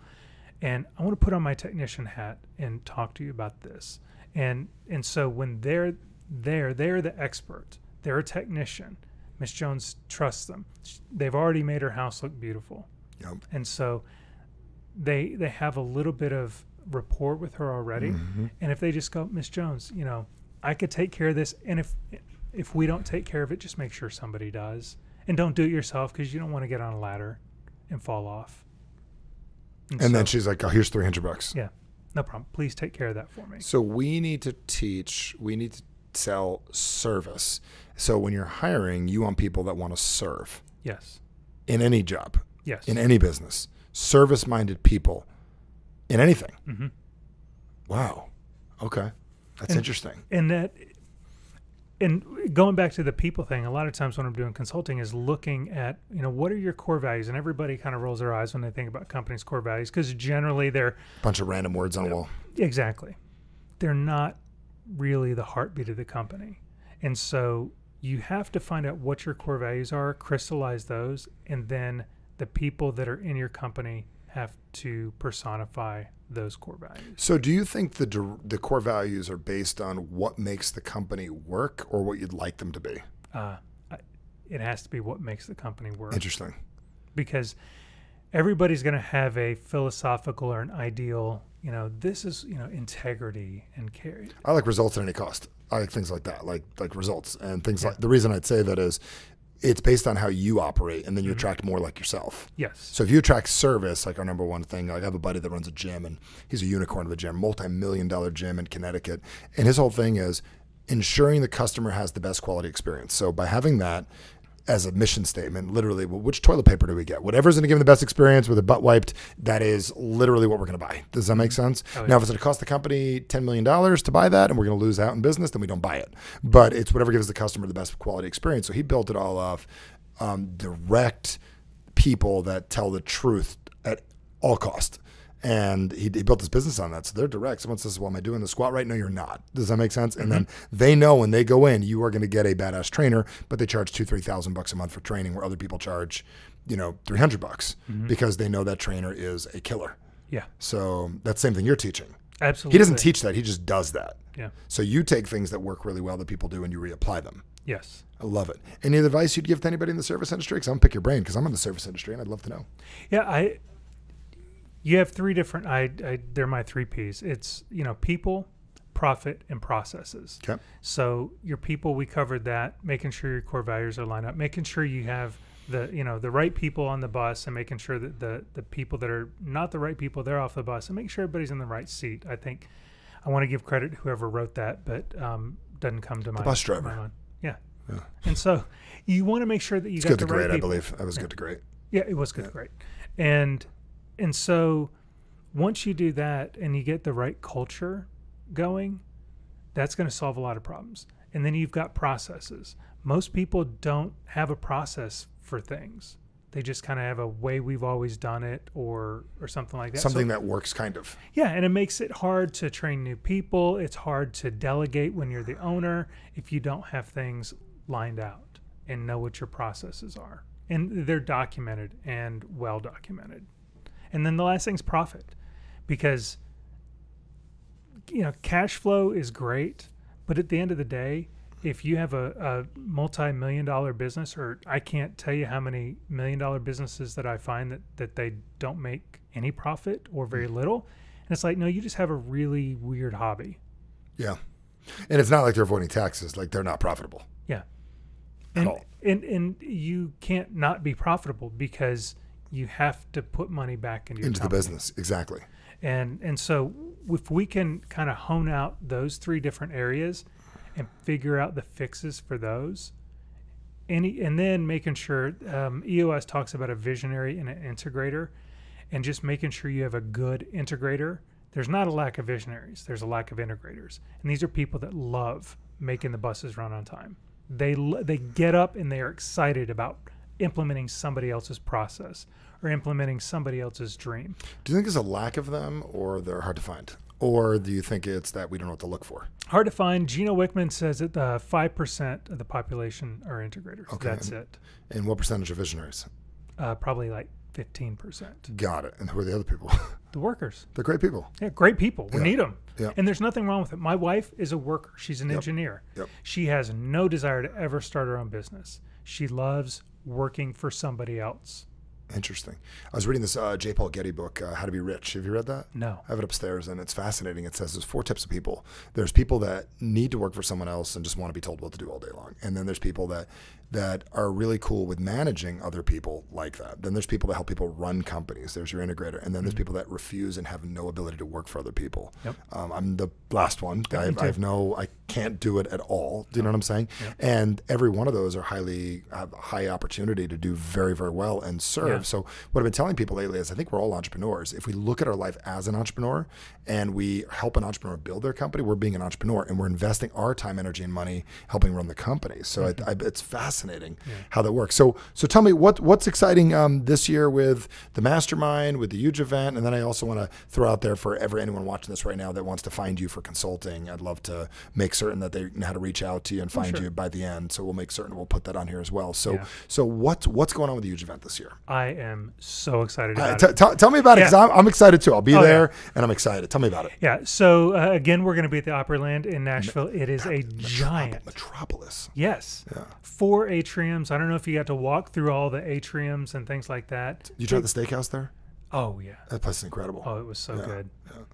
[SPEAKER 1] And I want to put on my technician hat and talk to you about this. And and so when they're there, they're the expert. They're a technician. Miss Jones trusts them. Sh- They've already made her house look beautiful
[SPEAKER 2] Yep.
[SPEAKER 1] and so they they have a little bit of rapport with her already
[SPEAKER 2] Mm-hmm.
[SPEAKER 1] and if they just go miss jones you know i could take care of this and if if we don't take care of it just make sure somebody does and don't do it yourself because you don't want to get on a ladder and fall off
[SPEAKER 2] And then she's like, oh, here's 300 bucks.
[SPEAKER 1] yeah no problem please take care of that for me
[SPEAKER 2] So we need to teach, we need to sell service. So when you're hiring, you want people that want to serve
[SPEAKER 1] yes
[SPEAKER 2] in any job,
[SPEAKER 1] yes
[SPEAKER 2] in any business, service minded people in anything.
[SPEAKER 1] Mhm.
[SPEAKER 2] Wow. Okay. That's interesting.
[SPEAKER 1] and that and going back to the people thing a lot of times when i'm doing consulting is looking at you know what are your core values and everybody kind of rolls their eyes when they think about companies core values because generally they're
[SPEAKER 2] Bunch of random words on a wall.
[SPEAKER 1] exactly they're not really the heartbeat of the company and so you have to find out what your core values are crystallize those and then the people that are in your company have to personify those core values
[SPEAKER 2] So, do you think the dir- the core values are based on what makes the company work or what you'd like them to be?
[SPEAKER 1] uh, I- it has to be what makes the company work
[SPEAKER 2] Interesting.
[SPEAKER 1] because everybody's going to have a philosophical or an ideal you know this is you know integrity and care
[SPEAKER 2] I like results at any cost. I like things like that, like like results and things like. The reason I'd say that is, it's based on how you operate, and then you attract more like yourself.
[SPEAKER 1] yes
[SPEAKER 2] So if you attract service, like our number one thing, like I have a buddy that runs a gym and he's a unicorn of a gym, multi-million dollar gym in Connecticut. And his whole thing is ensuring the customer has the best quality experience. So by having that as a mission statement, literally, well, which toilet paper do we get? Whatever's going to give them the best experience with a butt wiped, that is literally what we're going to buy. Does that make sense?
[SPEAKER 1] yeah.
[SPEAKER 2] Now, if it's going to cost the company $10 million to buy that and we're going to lose out in business, then we don't buy it. But it's whatever gives the customer the best quality experience. So he built it all off um, direct people that tell the truth at all cost. And he, he built his business on that. So they're direct. Someone says, Well, am I doing the squat right? No, you're not. Does that make sense? And then they know when they go in, you are going to get a badass trainer, but they charge two, 3,000 bucks a month for training where other people charge, you know, 300 bucks because they know that trainer is a killer.
[SPEAKER 1] yeah
[SPEAKER 2] So that's the same thing you're teaching.
[SPEAKER 1] absolutely
[SPEAKER 2] He doesn't teach that, he just does that.
[SPEAKER 1] yeah
[SPEAKER 2] So you take things that work really well that people do and you reapply them.
[SPEAKER 1] yes
[SPEAKER 2] I love it. Any advice you'd give to anybody in the service industry? Because I'm gonna pick your brain because I'm in the service industry and I'd love to know.
[SPEAKER 1] yeah i you have three different I, I they're my three p's it's you know people profit and processes
[SPEAKER 2] Okay.
[SPEAKER 1] So your people, we covered that. Making sure your core values are lined up. Making sure you have the you know the right people on the bus, and making sure that the the people that are not the right people they're off the bus, and making sure everybody's in the right seat. I think I want to give credit to whoever wrote that, but um, doesn't come to mind.
[SPEAKER 2] bus driver.
[SPEAKER 1] mind. Yeah. And so you want to make sure that you
[SPEAKER 2] It's
[SPEAKER 1] got
[SPEAKER 2] good
[SPEAKER 1] the
[SPEAKER 2] to
[SPEAKER 1] right
[SPEAKER 2] great, I
[SPEAKER 1] people.
[SPEAKER 2] believe. I was good to great.
[SPEAKER 1] Yeah, it was good, great. And and so once you do that and you get the right culture going, that's going to solve a lot of problems. And then you've got processes. Most people don't have a process for things. They just kind of have a way we've always done it, or or something like that. So-
[SPEAKER 2] Something that works kind of.
[SPEAKER 1] yeah, and it makes it hard to train new people. It's hard to delegate when you're the owner if you don't have things lined out and know what your processes are. And they're documented and well documented. And then the last thing's profit because you know, cash flow is great, but at the end of the day, if you have a, a multi-million dollar business or I can't tell you how many million dollar businesses that I find that, that they don't make any profit or very
[SPEAKER 2] Mm.
[SPEAKER 1] little. And it's like, no, you just have a really weird hobby.
[SPEAKER 2] Yeah. And it's not like they're avoiding taxes, like they're not profitable.
[SPEAKER 1] Yeah.
[SPEAKER 2] At
[SPEAKER 1] and,
[SPEAKER 2] all.
[SPEAKER 1] And and you can't not be profitable because you have to put money back into your
[SPEAKER 2] into the
[SPEAKER 1] company.
[SPEAKER 2] business. Exactly.
[SPEAKER 1] And and so if we can kind of hone out those three different areas and figure out the fixes for those, any and then making sure um, EOS talks about a visionary and an integrator, and just making sure you have a good integrator. There's not a lack of visionaries. There's a lack of integrators, and these are people that love making the buses run on time. They l- they get up and they are excited about implementing somebody else's process or implementing somebody else's dream.
[SPEAKER 2] Do you think it's a lack of them or they're hard to find? Or do you think it's that we don't know what to look for?
[SPEAKER 1] Hard to find. Gino Wickman says that uh, 5% of the population are integrators.
[SPEAKER 2] Okay.
[SPEAKER 1] That's it.
[SPEAKER 2] And what percentage of visionaries?
[SPEAKER 1] Uh, probably like 15%.
[SPEAKER 2] Got it. And who are the other people?
[SPEAKER 1] The workers.
[SPEAKER 2] they're great people.
[SPEAKER 1] Yeah, great people. We
[SPEAKER 2] Yeah.
[SPEAKER 1] need 'em. need them.
[SPEAKER 2] Yeah.
[SPEAKER 1] And there's nothing wrong with it. My wife is a worker. She's an engineer.
[SPEAKER 2] Yep.
[SPEAKER 1] She has no desire to ever start her own business. She loves working for somebody else.
[SPEAKER 2] Interesting. I was reading this uh, J. Paul Getty book, uh, How to Be Rich. Have you read that?
[SPEAKER 1] No.
[SPEAKER 2] I have it upstairs, and it's fascinating. It says there's four types of people. There's people that need to work for someone else and just want to be told what to do all day long, and then there's people that that are really cool with managing other people like that. Then there's people that help people run companies. There's your integrator, and then there's people that refuse and have no ability to work for other people.
[SPEAKER 1] Mm-hmm. Yep.
[SPEAKER 2] Um, I'm the last one. I have, I have no. I can't do it at all. Do you know what I'm saying? And every one of those are highly have a high opportunity to do very very well and serve.
[SPEAKER 1] Yeah.
[SPEAKER 2] So what I've been telling people lately is I think we're all entrepreneurs. If we look at our life as an entrepreneur and we help an entrepreneur build their company, we're being an entrepreneur and we're investing our time, energy, and money helping run the company. So I, I, it's fascinating how that works. So so tell me what what's exciting um, this year with the mastermind, with the huge event, and then I also want to throw out there for ever anyone watching this right now that wants to find you for consulting. I'd love to make certain that they know how to reach out to you and find you by the end. So we'll make certain we'll put that on here as well. So
[SPEAKER 1] Yeah.
[SPEAKER 2] so what's what's going on with the huge event this year?
[SPEAKER 1] I am so excited about
[SPEAKER 2] All
[SPEAKER 1] it.
[SPEAKER 2] right, t- tell- tell me about it because
[SPEAKER 1] Yeah.
[SPEAKER 2] I'm, I'm excited too. I'll be
[SPEAKER 1] Oh, yeah.
[SPEAKER 2] there and I'm excited. Tell me about it.
[SPEAKER 1] Yeah. So uh, again, we're going to be at the Opryland in Nashville. It is a giant.
[SPEAKER 2] Metropolis.
[SPEAKER 1] Yes. Four atriums. I don't know if you got to walk through all the atriums and things like that.
[SPEAKER 2] You tried the steakhouse there?
[SPEAKER 1] Oh yeah.
[SPEAKER 2] That place is incredible.
[SPEAKER 1] Oh, it was so good.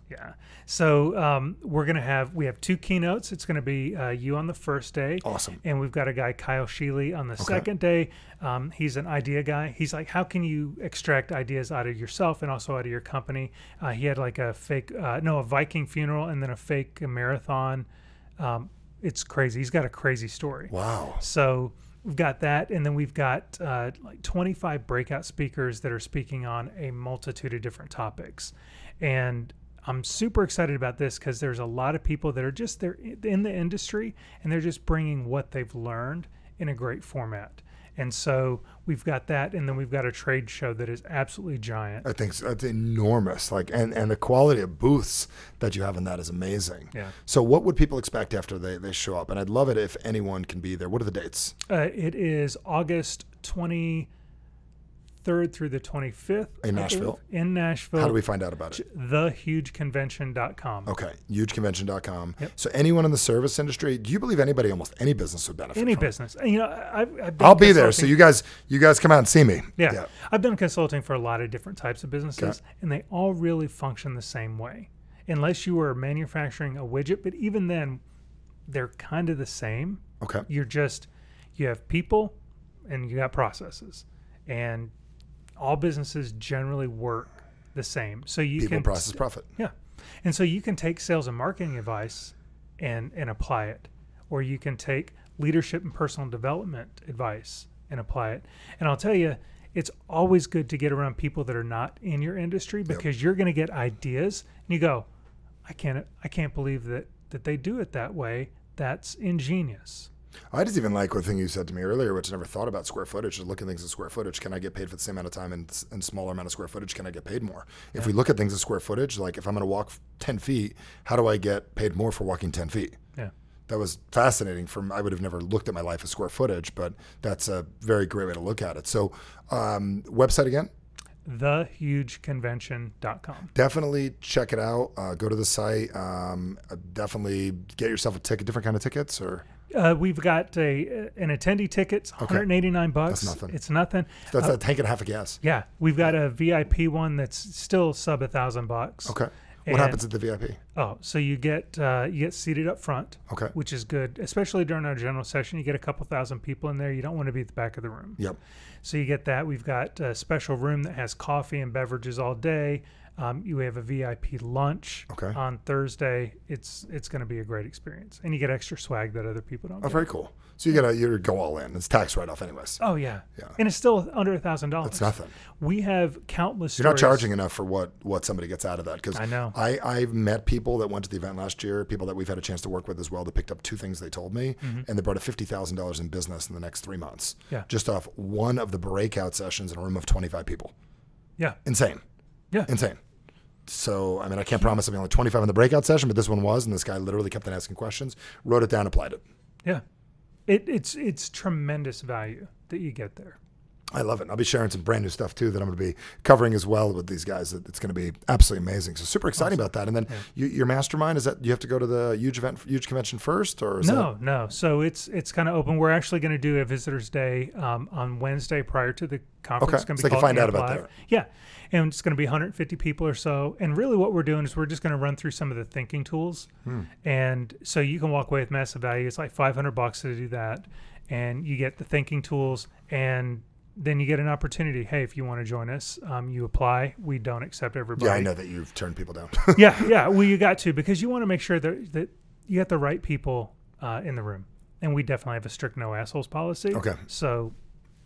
[SPEAKER 1] Yeah. So um, we're gonna have we have two keynotes. It's gonna be uh, you on the first day.
[SPEAKER 2] Awesome.
[SPEAKER 1] And we've got a guy Kyle Sheely on the second day. Um, he's an idea guy. He's like, how can you extract ideas out of yourself and also out of your company? Uh, he had like a fake uh, no a Viking funeral and then a fake marathon. Um, it's crazy. He's got a crazy story.
[SPEAKER 2] Wow.
[SPEAKER 1] So we've got that, and then we've got uh, like 25 breakout speakers that are speaking on a multitude of different topics, and I'm super excited about this because there's a lot of people that are just they're i- in the industry and they're just bringing what they've learned in a great format. And so we've got that, and then we've got a trade show that is absolutely giant.
[SPEAKER 2] I think so. that's enormous. Like, and, and the quality of booths that you have in that is amazing.
[SPEAKER 1] Yeah.
[SPEAKER 2] So, what would people expect after they, they show up? And I'd love it if anyone can be there. What are the dates?
[SPEAKER 1] Uh, it is August 23rd through the 25th
[SPEAKER 2] In
[SPEAKER 1] I believe,
[SPEAKER 2] Nashville.
[SPEAKER 1] In Nashville,
[SPEAKER 2] How do we find out about it?
[SPEAKER 1] thehugeconvention.com.
[SPEAKER 2] Okay, hugeconvention.com. So, anyone in the service industry, do you believe anybody, almost any business would benefit?
[SPEAKER 1] any
[SPEAKER 2] from it?
[SPEAKER 1] business. You know, I, I've, I've been
[SPEAKER 2] I'll be there. So,
[SPEAKER 1] consulting-
[SPEAKER 2] you guys, you guys come out and see me.
[SPEAKER 1] yeah. I've done consulting for a lot of different types of businesses, and they all really function the same way, unless you are manufacturing a widget. But even then, they're kind of the same.
[SPEAKER 2] Okay.
[SPEAKER 1] You're just you have people, and you got processes, and all businesses generally work the same. So you
[SPEAKER 2] People,
[SPEAKER 1] can
[SPEAKER 2] process, profit.
[SPEAKER 1] Yeah. And so you can take sales and marketing advice and and apply it or you can take leadership and personal development advice and apply it. And I'll tell you it's always good to get around people that are not in your industry because you're going to get ideas and you go I can't I can't believe that that they do it that way. That's ingenious.
[SPEAKER 2] I just even like the thing you said to me earlier, which I never thought about square footage, is looking at things in square footage. Can I get paid for the same amount of time and, and smaller amount of square footage? Can I get paid more? If we look at things in square footage, like if I'm going to walk 10 feet, how do I get paid more for walking 10 feet?
[SPEAKER 1] Yeah.
[SPEAKER 2] That was fascinating. From I would have never looked at my life as square footage, but that's a very great way to look at it. So, um, website again,
[SPEAKER 1] Thehugeconvention.com.
[SPEAKER 2] definitely check it out. Uh, go to the site. Um, uh, definitely get yourself a ticket, different kind of tickets, or
[SPEAKER 1] Uh, we've got a an attendee tickets, 189 bucks.
[SPEAKER 2] That's nothing.
[SPEAKER 1] It's nothing.
[SPEAKER 2] that's a tank and a half a gas.
[SPEAKER 1] Yeah, we've got a VIP one that's still sub a thousand bucks.
[SPEAKER 2] Okay. What
[SPEAKER 1] And-
[SPEAKER 2] happens at the VIP?
[SPEAKER 1] Oh, so you get uh, you get seated up front,
[SPEAKER 2] Okay.
[SPEAKER 1] which is good, especially during our general session. You get a couple thousand people in there. You don't want to be at the back of the room.
[SPEAKER 2] Yep.
[SPEAKER 1] So you get that. We've got a special room that has coffee and beverages all day. Um, you have a VIP lunch
[SPEAKER 2] Okay.
[SPEAKER 1] on Thursday. It's it's going to be a great experience, and you get extra swag that other people don't.
[SPEAKER 2] Oh,
[SPEAKER 1] get.
[SPEAKER 2] very cool. So you gotta you go all in. It's tax write off anyways.
[SPEAKER 1] Oh yeah.
[SPEAKER 2] Yeah.
[SPEAKER 1] and it's still under a thousand dollars.
[SPEAKER 2] It's nothing.
[SPEAKER 1] We have countless.
[SPEAKER 2] You're not
[SPEAKER 1] stories.
[SPEAKER 2] charging enough for what what somebody gets out of that. Because
[SPEAKER 1] I know.
[SPEAKER 2] I I've met people that went to the event last year, people that we've had a chance to work with as well. That picked up two things they told me, and they brought a fifty thousand dollars in business in the next three months.
[SPEAKER 1] Mm-hmm. Yeah.
[SPEAKER 2] Just off one of the breakout sessions in a room of twenty five people.
[SPEAKER 1] Yeah,
[SPEAKER 2] Insane.
[SPEAKER 1] yeah.
[SPEAKER 2] Insane. So I mean, I can't promise something like twenty five in the breakout session, but this one was, and this guy literally kept on asking questions, wrote it down, applied it.
[SPEAKER 1] Yeah. It, it's it's tremendous value that you get there.
[SPEAKER 2] I love it. And I'll be sharing some brand new stuff too that I'm going to be covering as well with these guys. It- It's going to be absolutely amazing. So super exciting about that. And then you, your mastermind is that you have to go to the huge event, huge convention first, or is
[SPEAKER 1] No, no. So it's it's kind of open. We're actually going to do a visitors day um, on Wednesday prior to the conference.
[SPEAKER 2] Okay,
[SPEAKER 1] It's gonna
[SPEAKER 2] so they can
[SPEAKER 1] called
[SPEAKER 2] find out
[SPEAKER 1] Amp
[SPEAKER 2] about
[SPEAKER 1] Live.
[SPEAKER 2] that.
[SPEAKER 1] Yeah, and it's going to be 150 people or so. And really, what we're doing is we're just going to run through some of the thinking tools,
[SPEAKER 2] Hmm.
[SPEAKER 1] and so you can walk away with massive value. It's like 500 bucks to do that, and you get the thinking tools and. Then you get an opportunity. Hey, if you want to join us, um, you apply. We don't accept
[SPEAKER 2] that,
[SPEAKER 1] everybody.
[SPEAKER 2] yeah, I know that you've turned people down.
[SPEAKER 1] yeah, yeah. Well, you got to because you want to make sure that that you got the right people uh, in the room, and we definitely have a strict no assholes policy.
[SPEAKER 2] Okay.
[SPEAKER 1] So,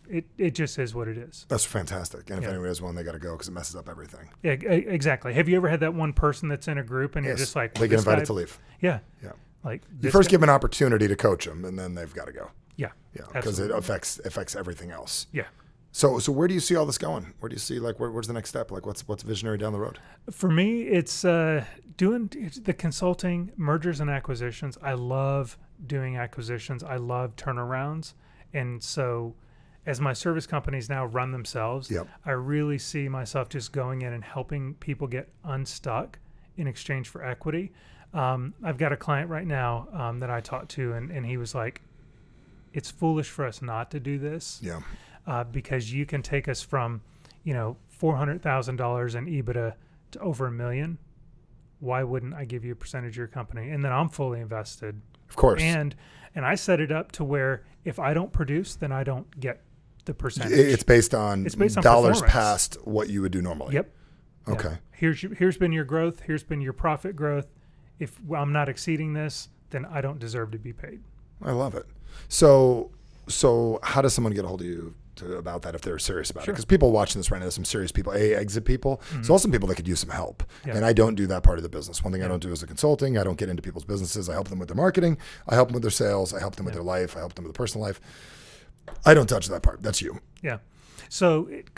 [SPEAKER 1] it it just is what it is.
[SPEAKER 2] That's fantastic. And if
[SPEAKER 1] Yeah.
[SPEAKER 2] anyone has one, they got to go because it messes up everything.
[SPEAKER 1] Yeah, e- exactly. Have you ever had that one person that's in a group and
[SPEAKER 2] Yes.
[SPEAKER 1] you're just like
[SPEAKER 2] they get
[SPEAKER 1] "This
[SPEAKER 2] invited
[SPEAKER 1] guy-"
[SPEAKER 2] to leave.
[SPEAKER 1] Yeah.
[SPEAKER 2] Yeah.
[SPEAKER 1] Like
[SPEAKER 2] You
[SPEAKER 1] this
[SPEAKER 2] first
[SPEAKER 1] guy-
[SPEAKER 2] give them an opportunity to coach them, and then they've got to go.
[SPEAKER 1] Yeah.
[SPEAKER 2] Yeah, because it
[SPEAKER 1] Absolutely.
[SPEAKER 2] affects affects everything else.
[SPEAKER 1] Yeah.
[SPEAKER 2] So so where do you see all this going? Where do you see like where, where's the next step? Like what's what's visionary down the road?
[SPEAKER 1] For me, it's uh, doing it's the consulting, mergers and acquisitions. I love doing acquisitions. I love turnarounds. And so, as my service companies now run themselves,
[SPEAKER 2] Yep.
[SPEAKER 1] I really see myself just going in and helping people get unstuck in exchange for equity. Um, I've got a client right now um, that I talked to, and, and he was like, it's foolish for us not to do this
[SPEAKER 2] Yeah.
[SPEAKER 1] uh, because you can take us from, you know, four hundred thousand dollars in EBITDA to over a million. Why wouldn't I give you a percentage of your company? And then I'm fully invested.
[SPEAKER 2] Of course.
[SPEAKER 1] And and I set it up to where if I don't produce, then I don't get the
[SPEAKER 2] I-
[SPEAKER 1] percentage.
[SPEAKER 2] It's based on
[SPEAKER 1] It's based on
[SPEAKER 2] dollars
[SPEAKER 1] performance.
[SPEAKER 2] past what you would do normally.
[SPEAKER 1] yep. Yeah.
[SPEAKER 2] Okay.
[SPEAKER 1] Here's your, here's been your growth. Here's been your profit growth. If I'm not exceeding this, then I don't deserve to be paid.
[SPEAKER 2] I love it. So, so how does someone get a hold of you to, about that if they're serious about it? Because people watching this right now, there's some serious people, a exit people. There's also some people that could use some help.
[SPEAKER 1] Mm-hmm. Yeah.
[SPEAKER 2] And I don't do that part of the business. One thing I don't do is the consulting. I don't get into people's businesses. I help them with their marketing. I help them with their sales. I help them with their life. I help them with their personal life. I don't touch that part. That's you.
[SPEAKER 1] Yeah. So it,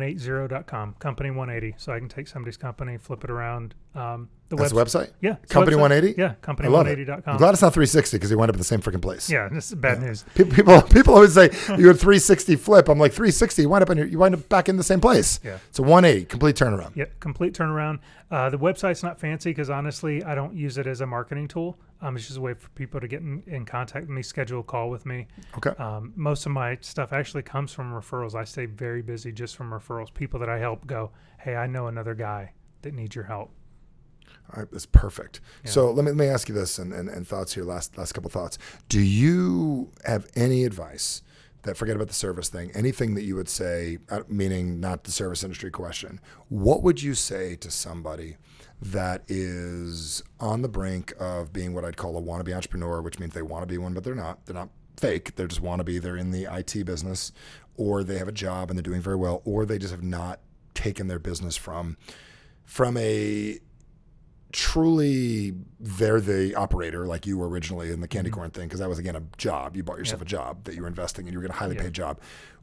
[SPEAKER 1] company180.com, company180. So I can take somebody's company, flip it around. Um, the
[SPEAKER 2] That's
[SPEAKER 1] website.
[SPEAKER 2] the website.
[SPEAKER 1] Yeah. it's a
[SPEAKER 2] Company
[SPEAKER 1] website.
[SPEAKER 2] 180?
[SPEAKER 1] Yeah.
[SPEAKER 2] I love it.
[SPEAKER 1] Company180.com.
[SPEAKER 2] I'm glad it's not 360 because they wind up at the same freaking place.
[SPEAKER 1] yeah. This is bad news.
[SPEAKER 2] Pe- People, people always say you had 360 flip. I'm like 360. You wind up in your, you wind up back in the same place.
[SPEAKER 1] Yeah.
[SPEAKER 2] It's a 180 complete turnaround.
[SPEAKER 1] Yeah. Complete turnaround. Uh, the website's not fancy because honestly, I don't use it as a marketing tool. Um, it's just a way for people to get in, in contact with me, schedule a call with me.
[SPEAKER 2] Okay.
[SPEAKER 1] Um, most of my stuff actually comes from referrals. I stay very busy just from referrals. People that I help go, hey, I know another guy that needs your help.
[SPEAKER 2] All right, that's perfect. So let me let me ask you this and, and, and thoughts here. Last last couple thoughts. Do you have any advice that forget about the service thing? Anything that you would say, uh, meaning not the service industry question. What would you say to somebody that is on the brink of being what I'd call a wannabe entrepreneur, which means they want to be one, but they're not. They're not fake. They just want to be. They're in the IT business, or they have a job and they're doing very well, or they just have not taken their business from from a truly they're the operator like you were originally in the candy corn thing because that was again a job you bought yourself a job that you were investing in you were going to highly paid job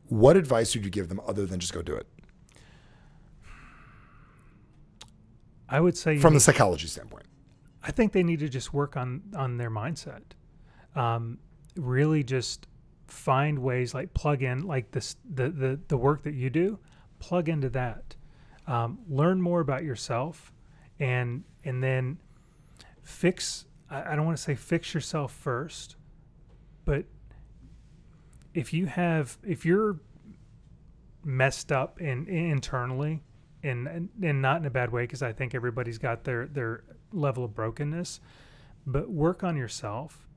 [SPEAKER 2] what advice would you give them other than just go do it
[SPEAKER 1] I would say you
[SPEAKER 2] from
[SPEAKER 1] need-
[SPEAKER 2] the psychology standpoint
[SPEAKER 1] I think they need to just work on on their mindset. Um, really, just find ways like plug in like this the the the work that you do, plug into that. Um, learn more about yourself, and and then fix. I, I don't want to say fix yourself first, but if you have if you're messed up in, internally and, and and not in a bad way because I think everybody's got their their level of brokenness but work on yourself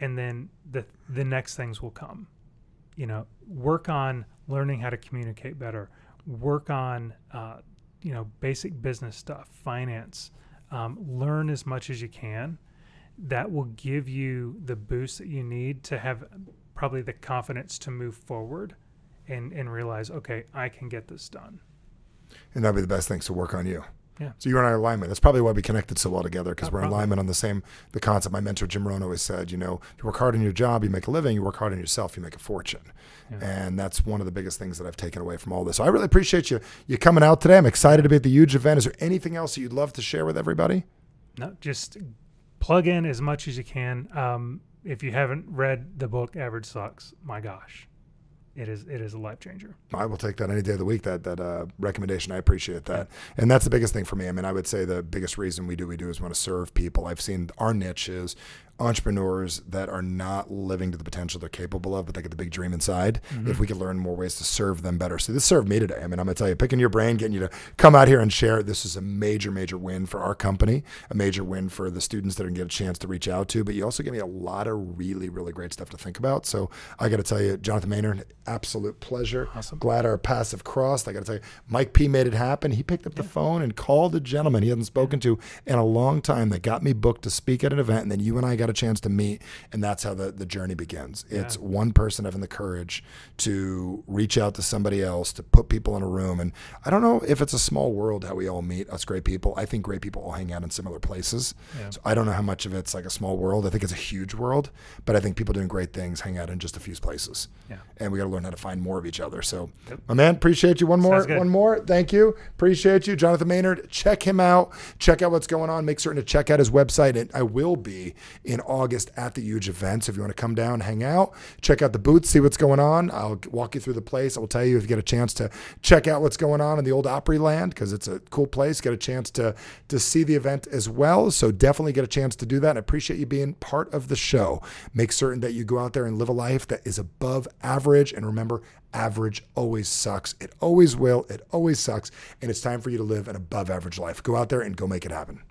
[SPEAKER 1] and then the the next things will come you know work on learning how to communicate better work on uh, you know basic business stuff finance um, learn as much as you can that will give you the boost that you need to have probably the confidence to move forward and and realize okay i can get this done
[SPEAKER 2] and that'd be the best things to work on you.
[SPEAKER 1] Yeah.
[SPEAKER 2] So you and I are alignment. That's probably why we connected so well together because
[SPEAKER 1] No
[SPEAKER 2] we're in
[SPEAKER 1] problem.
[SPEAKER 2] alignment on the same the concept. My mentor Jim Rohn always said, you know, if you work hard on your job, you make a living. You work hard on yourself, you make a fortune. And that's one of the biggest things that I've taken away from all this. So I really appreciate you you coming out today. I'm excited to be at the huge event. Is there anything else that you'd love to share with everybody?
[SPEAKER 1] no just plug in as much as you can um, if you haven't read the book average sucks my gosh it is it is a life changer
[SPEAKER 2] I will take that any day of the week. That that uh, recommendation, I appreciate that, and that's the biggest thing for me. I mean, I would say the biggest reason we do what we do is want to serve people. I've seen our niche is entrepreneurs that are not living to the potential they're capable of, but they get the big dream inside. If we could learn more ways to serve them better, so this served me today. I mean, I'm gonna tell you, picking your brain, getting you to come out here and share. This is a major, major win for our company, a major win for the students that are gonna get a chance to reach out to. But you also gave me a lot of really, really great stuff to think about. So I got to tell you, Jonathan Maynard, absolute pleasure.
[SPEAKER 1] Awesome.
[SPEAKER 2] Glad our paths have crossed. I got to tell you, Mike P made it happen. He picked up the phone and called a gentleman he hadn't spoken to in a long time that got me booked to speak at an event. And then you and I got a chance to meet. And that's how the, the journey begins. It's one person having the courage to reach out to somebody else, to put people in a room. And I don't know if it's a small world how we all meet, us great people. I think great people all hang out in similar places.
[SPEAKER 1] Yeah.
[SPEAKER 2] So I don't know how much of it's like a small world. I think it's a huge world, but I think people doing great things hang out in just a few places
[SPEAKER 1] yeah
[SPEAKER 2] and we got to learn how to find more of each other. So,
[SPEAKER 1] Yep.
[SPEAKER 2] my man, appreciate you. One more,
[SPEAKER 1] Sounds good.
[SPEAKER 2] one more. Thank you. Appreciate you, Jonathan Maynard. Check him out. Check out what's going on. Make certain to check out his website. And I will be in August at the huge event. So if you want to come down, hang out, check out the booth, see what's going on. I'll walk you through the place. I will tell you if you get a chance to check out what's going on in the old Opry land because it's a cool place. Get a chance to to see the event as well. So definitely get a chance to do that. And I appreciate you being part of the show. Make certain that you go out there and live a life that is above average. And remember, average always sucks. It always will. It always sucks. And it's time for you to live an above average life. Go out there and go make it happen.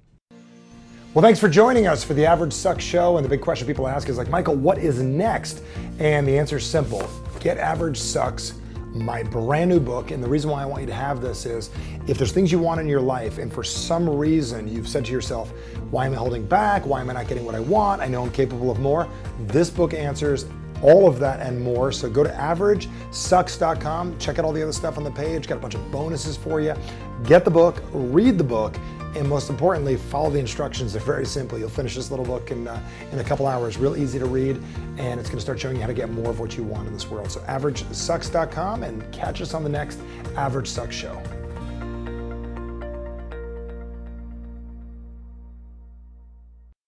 [SPEAKER 2] Well, thanks for joining us for the Average Sucks show. And the big question people ask is like, Michael, what is next? And the answer is simple Get Average Sucks, my brand new book. And the reason why I want you to have this is if there's things you want in your life, and for some reason you've said to yourself, why am I holding back? Why am I not getting what I want? I know I'm capable of more. This book answers all of that and more. So go to averagesucks.com, check out all the other stuff on the page, got a bunch of bonuses for you. Get the book, read the book, and most importantly, follow the instructions. They're very simple. You'll finish this little book in, uh, in a couple hours, real easy to read, and it's going to start showing you how to get more of what you want in this world. So averagesucks.com and catch us on the next Average Sucks show.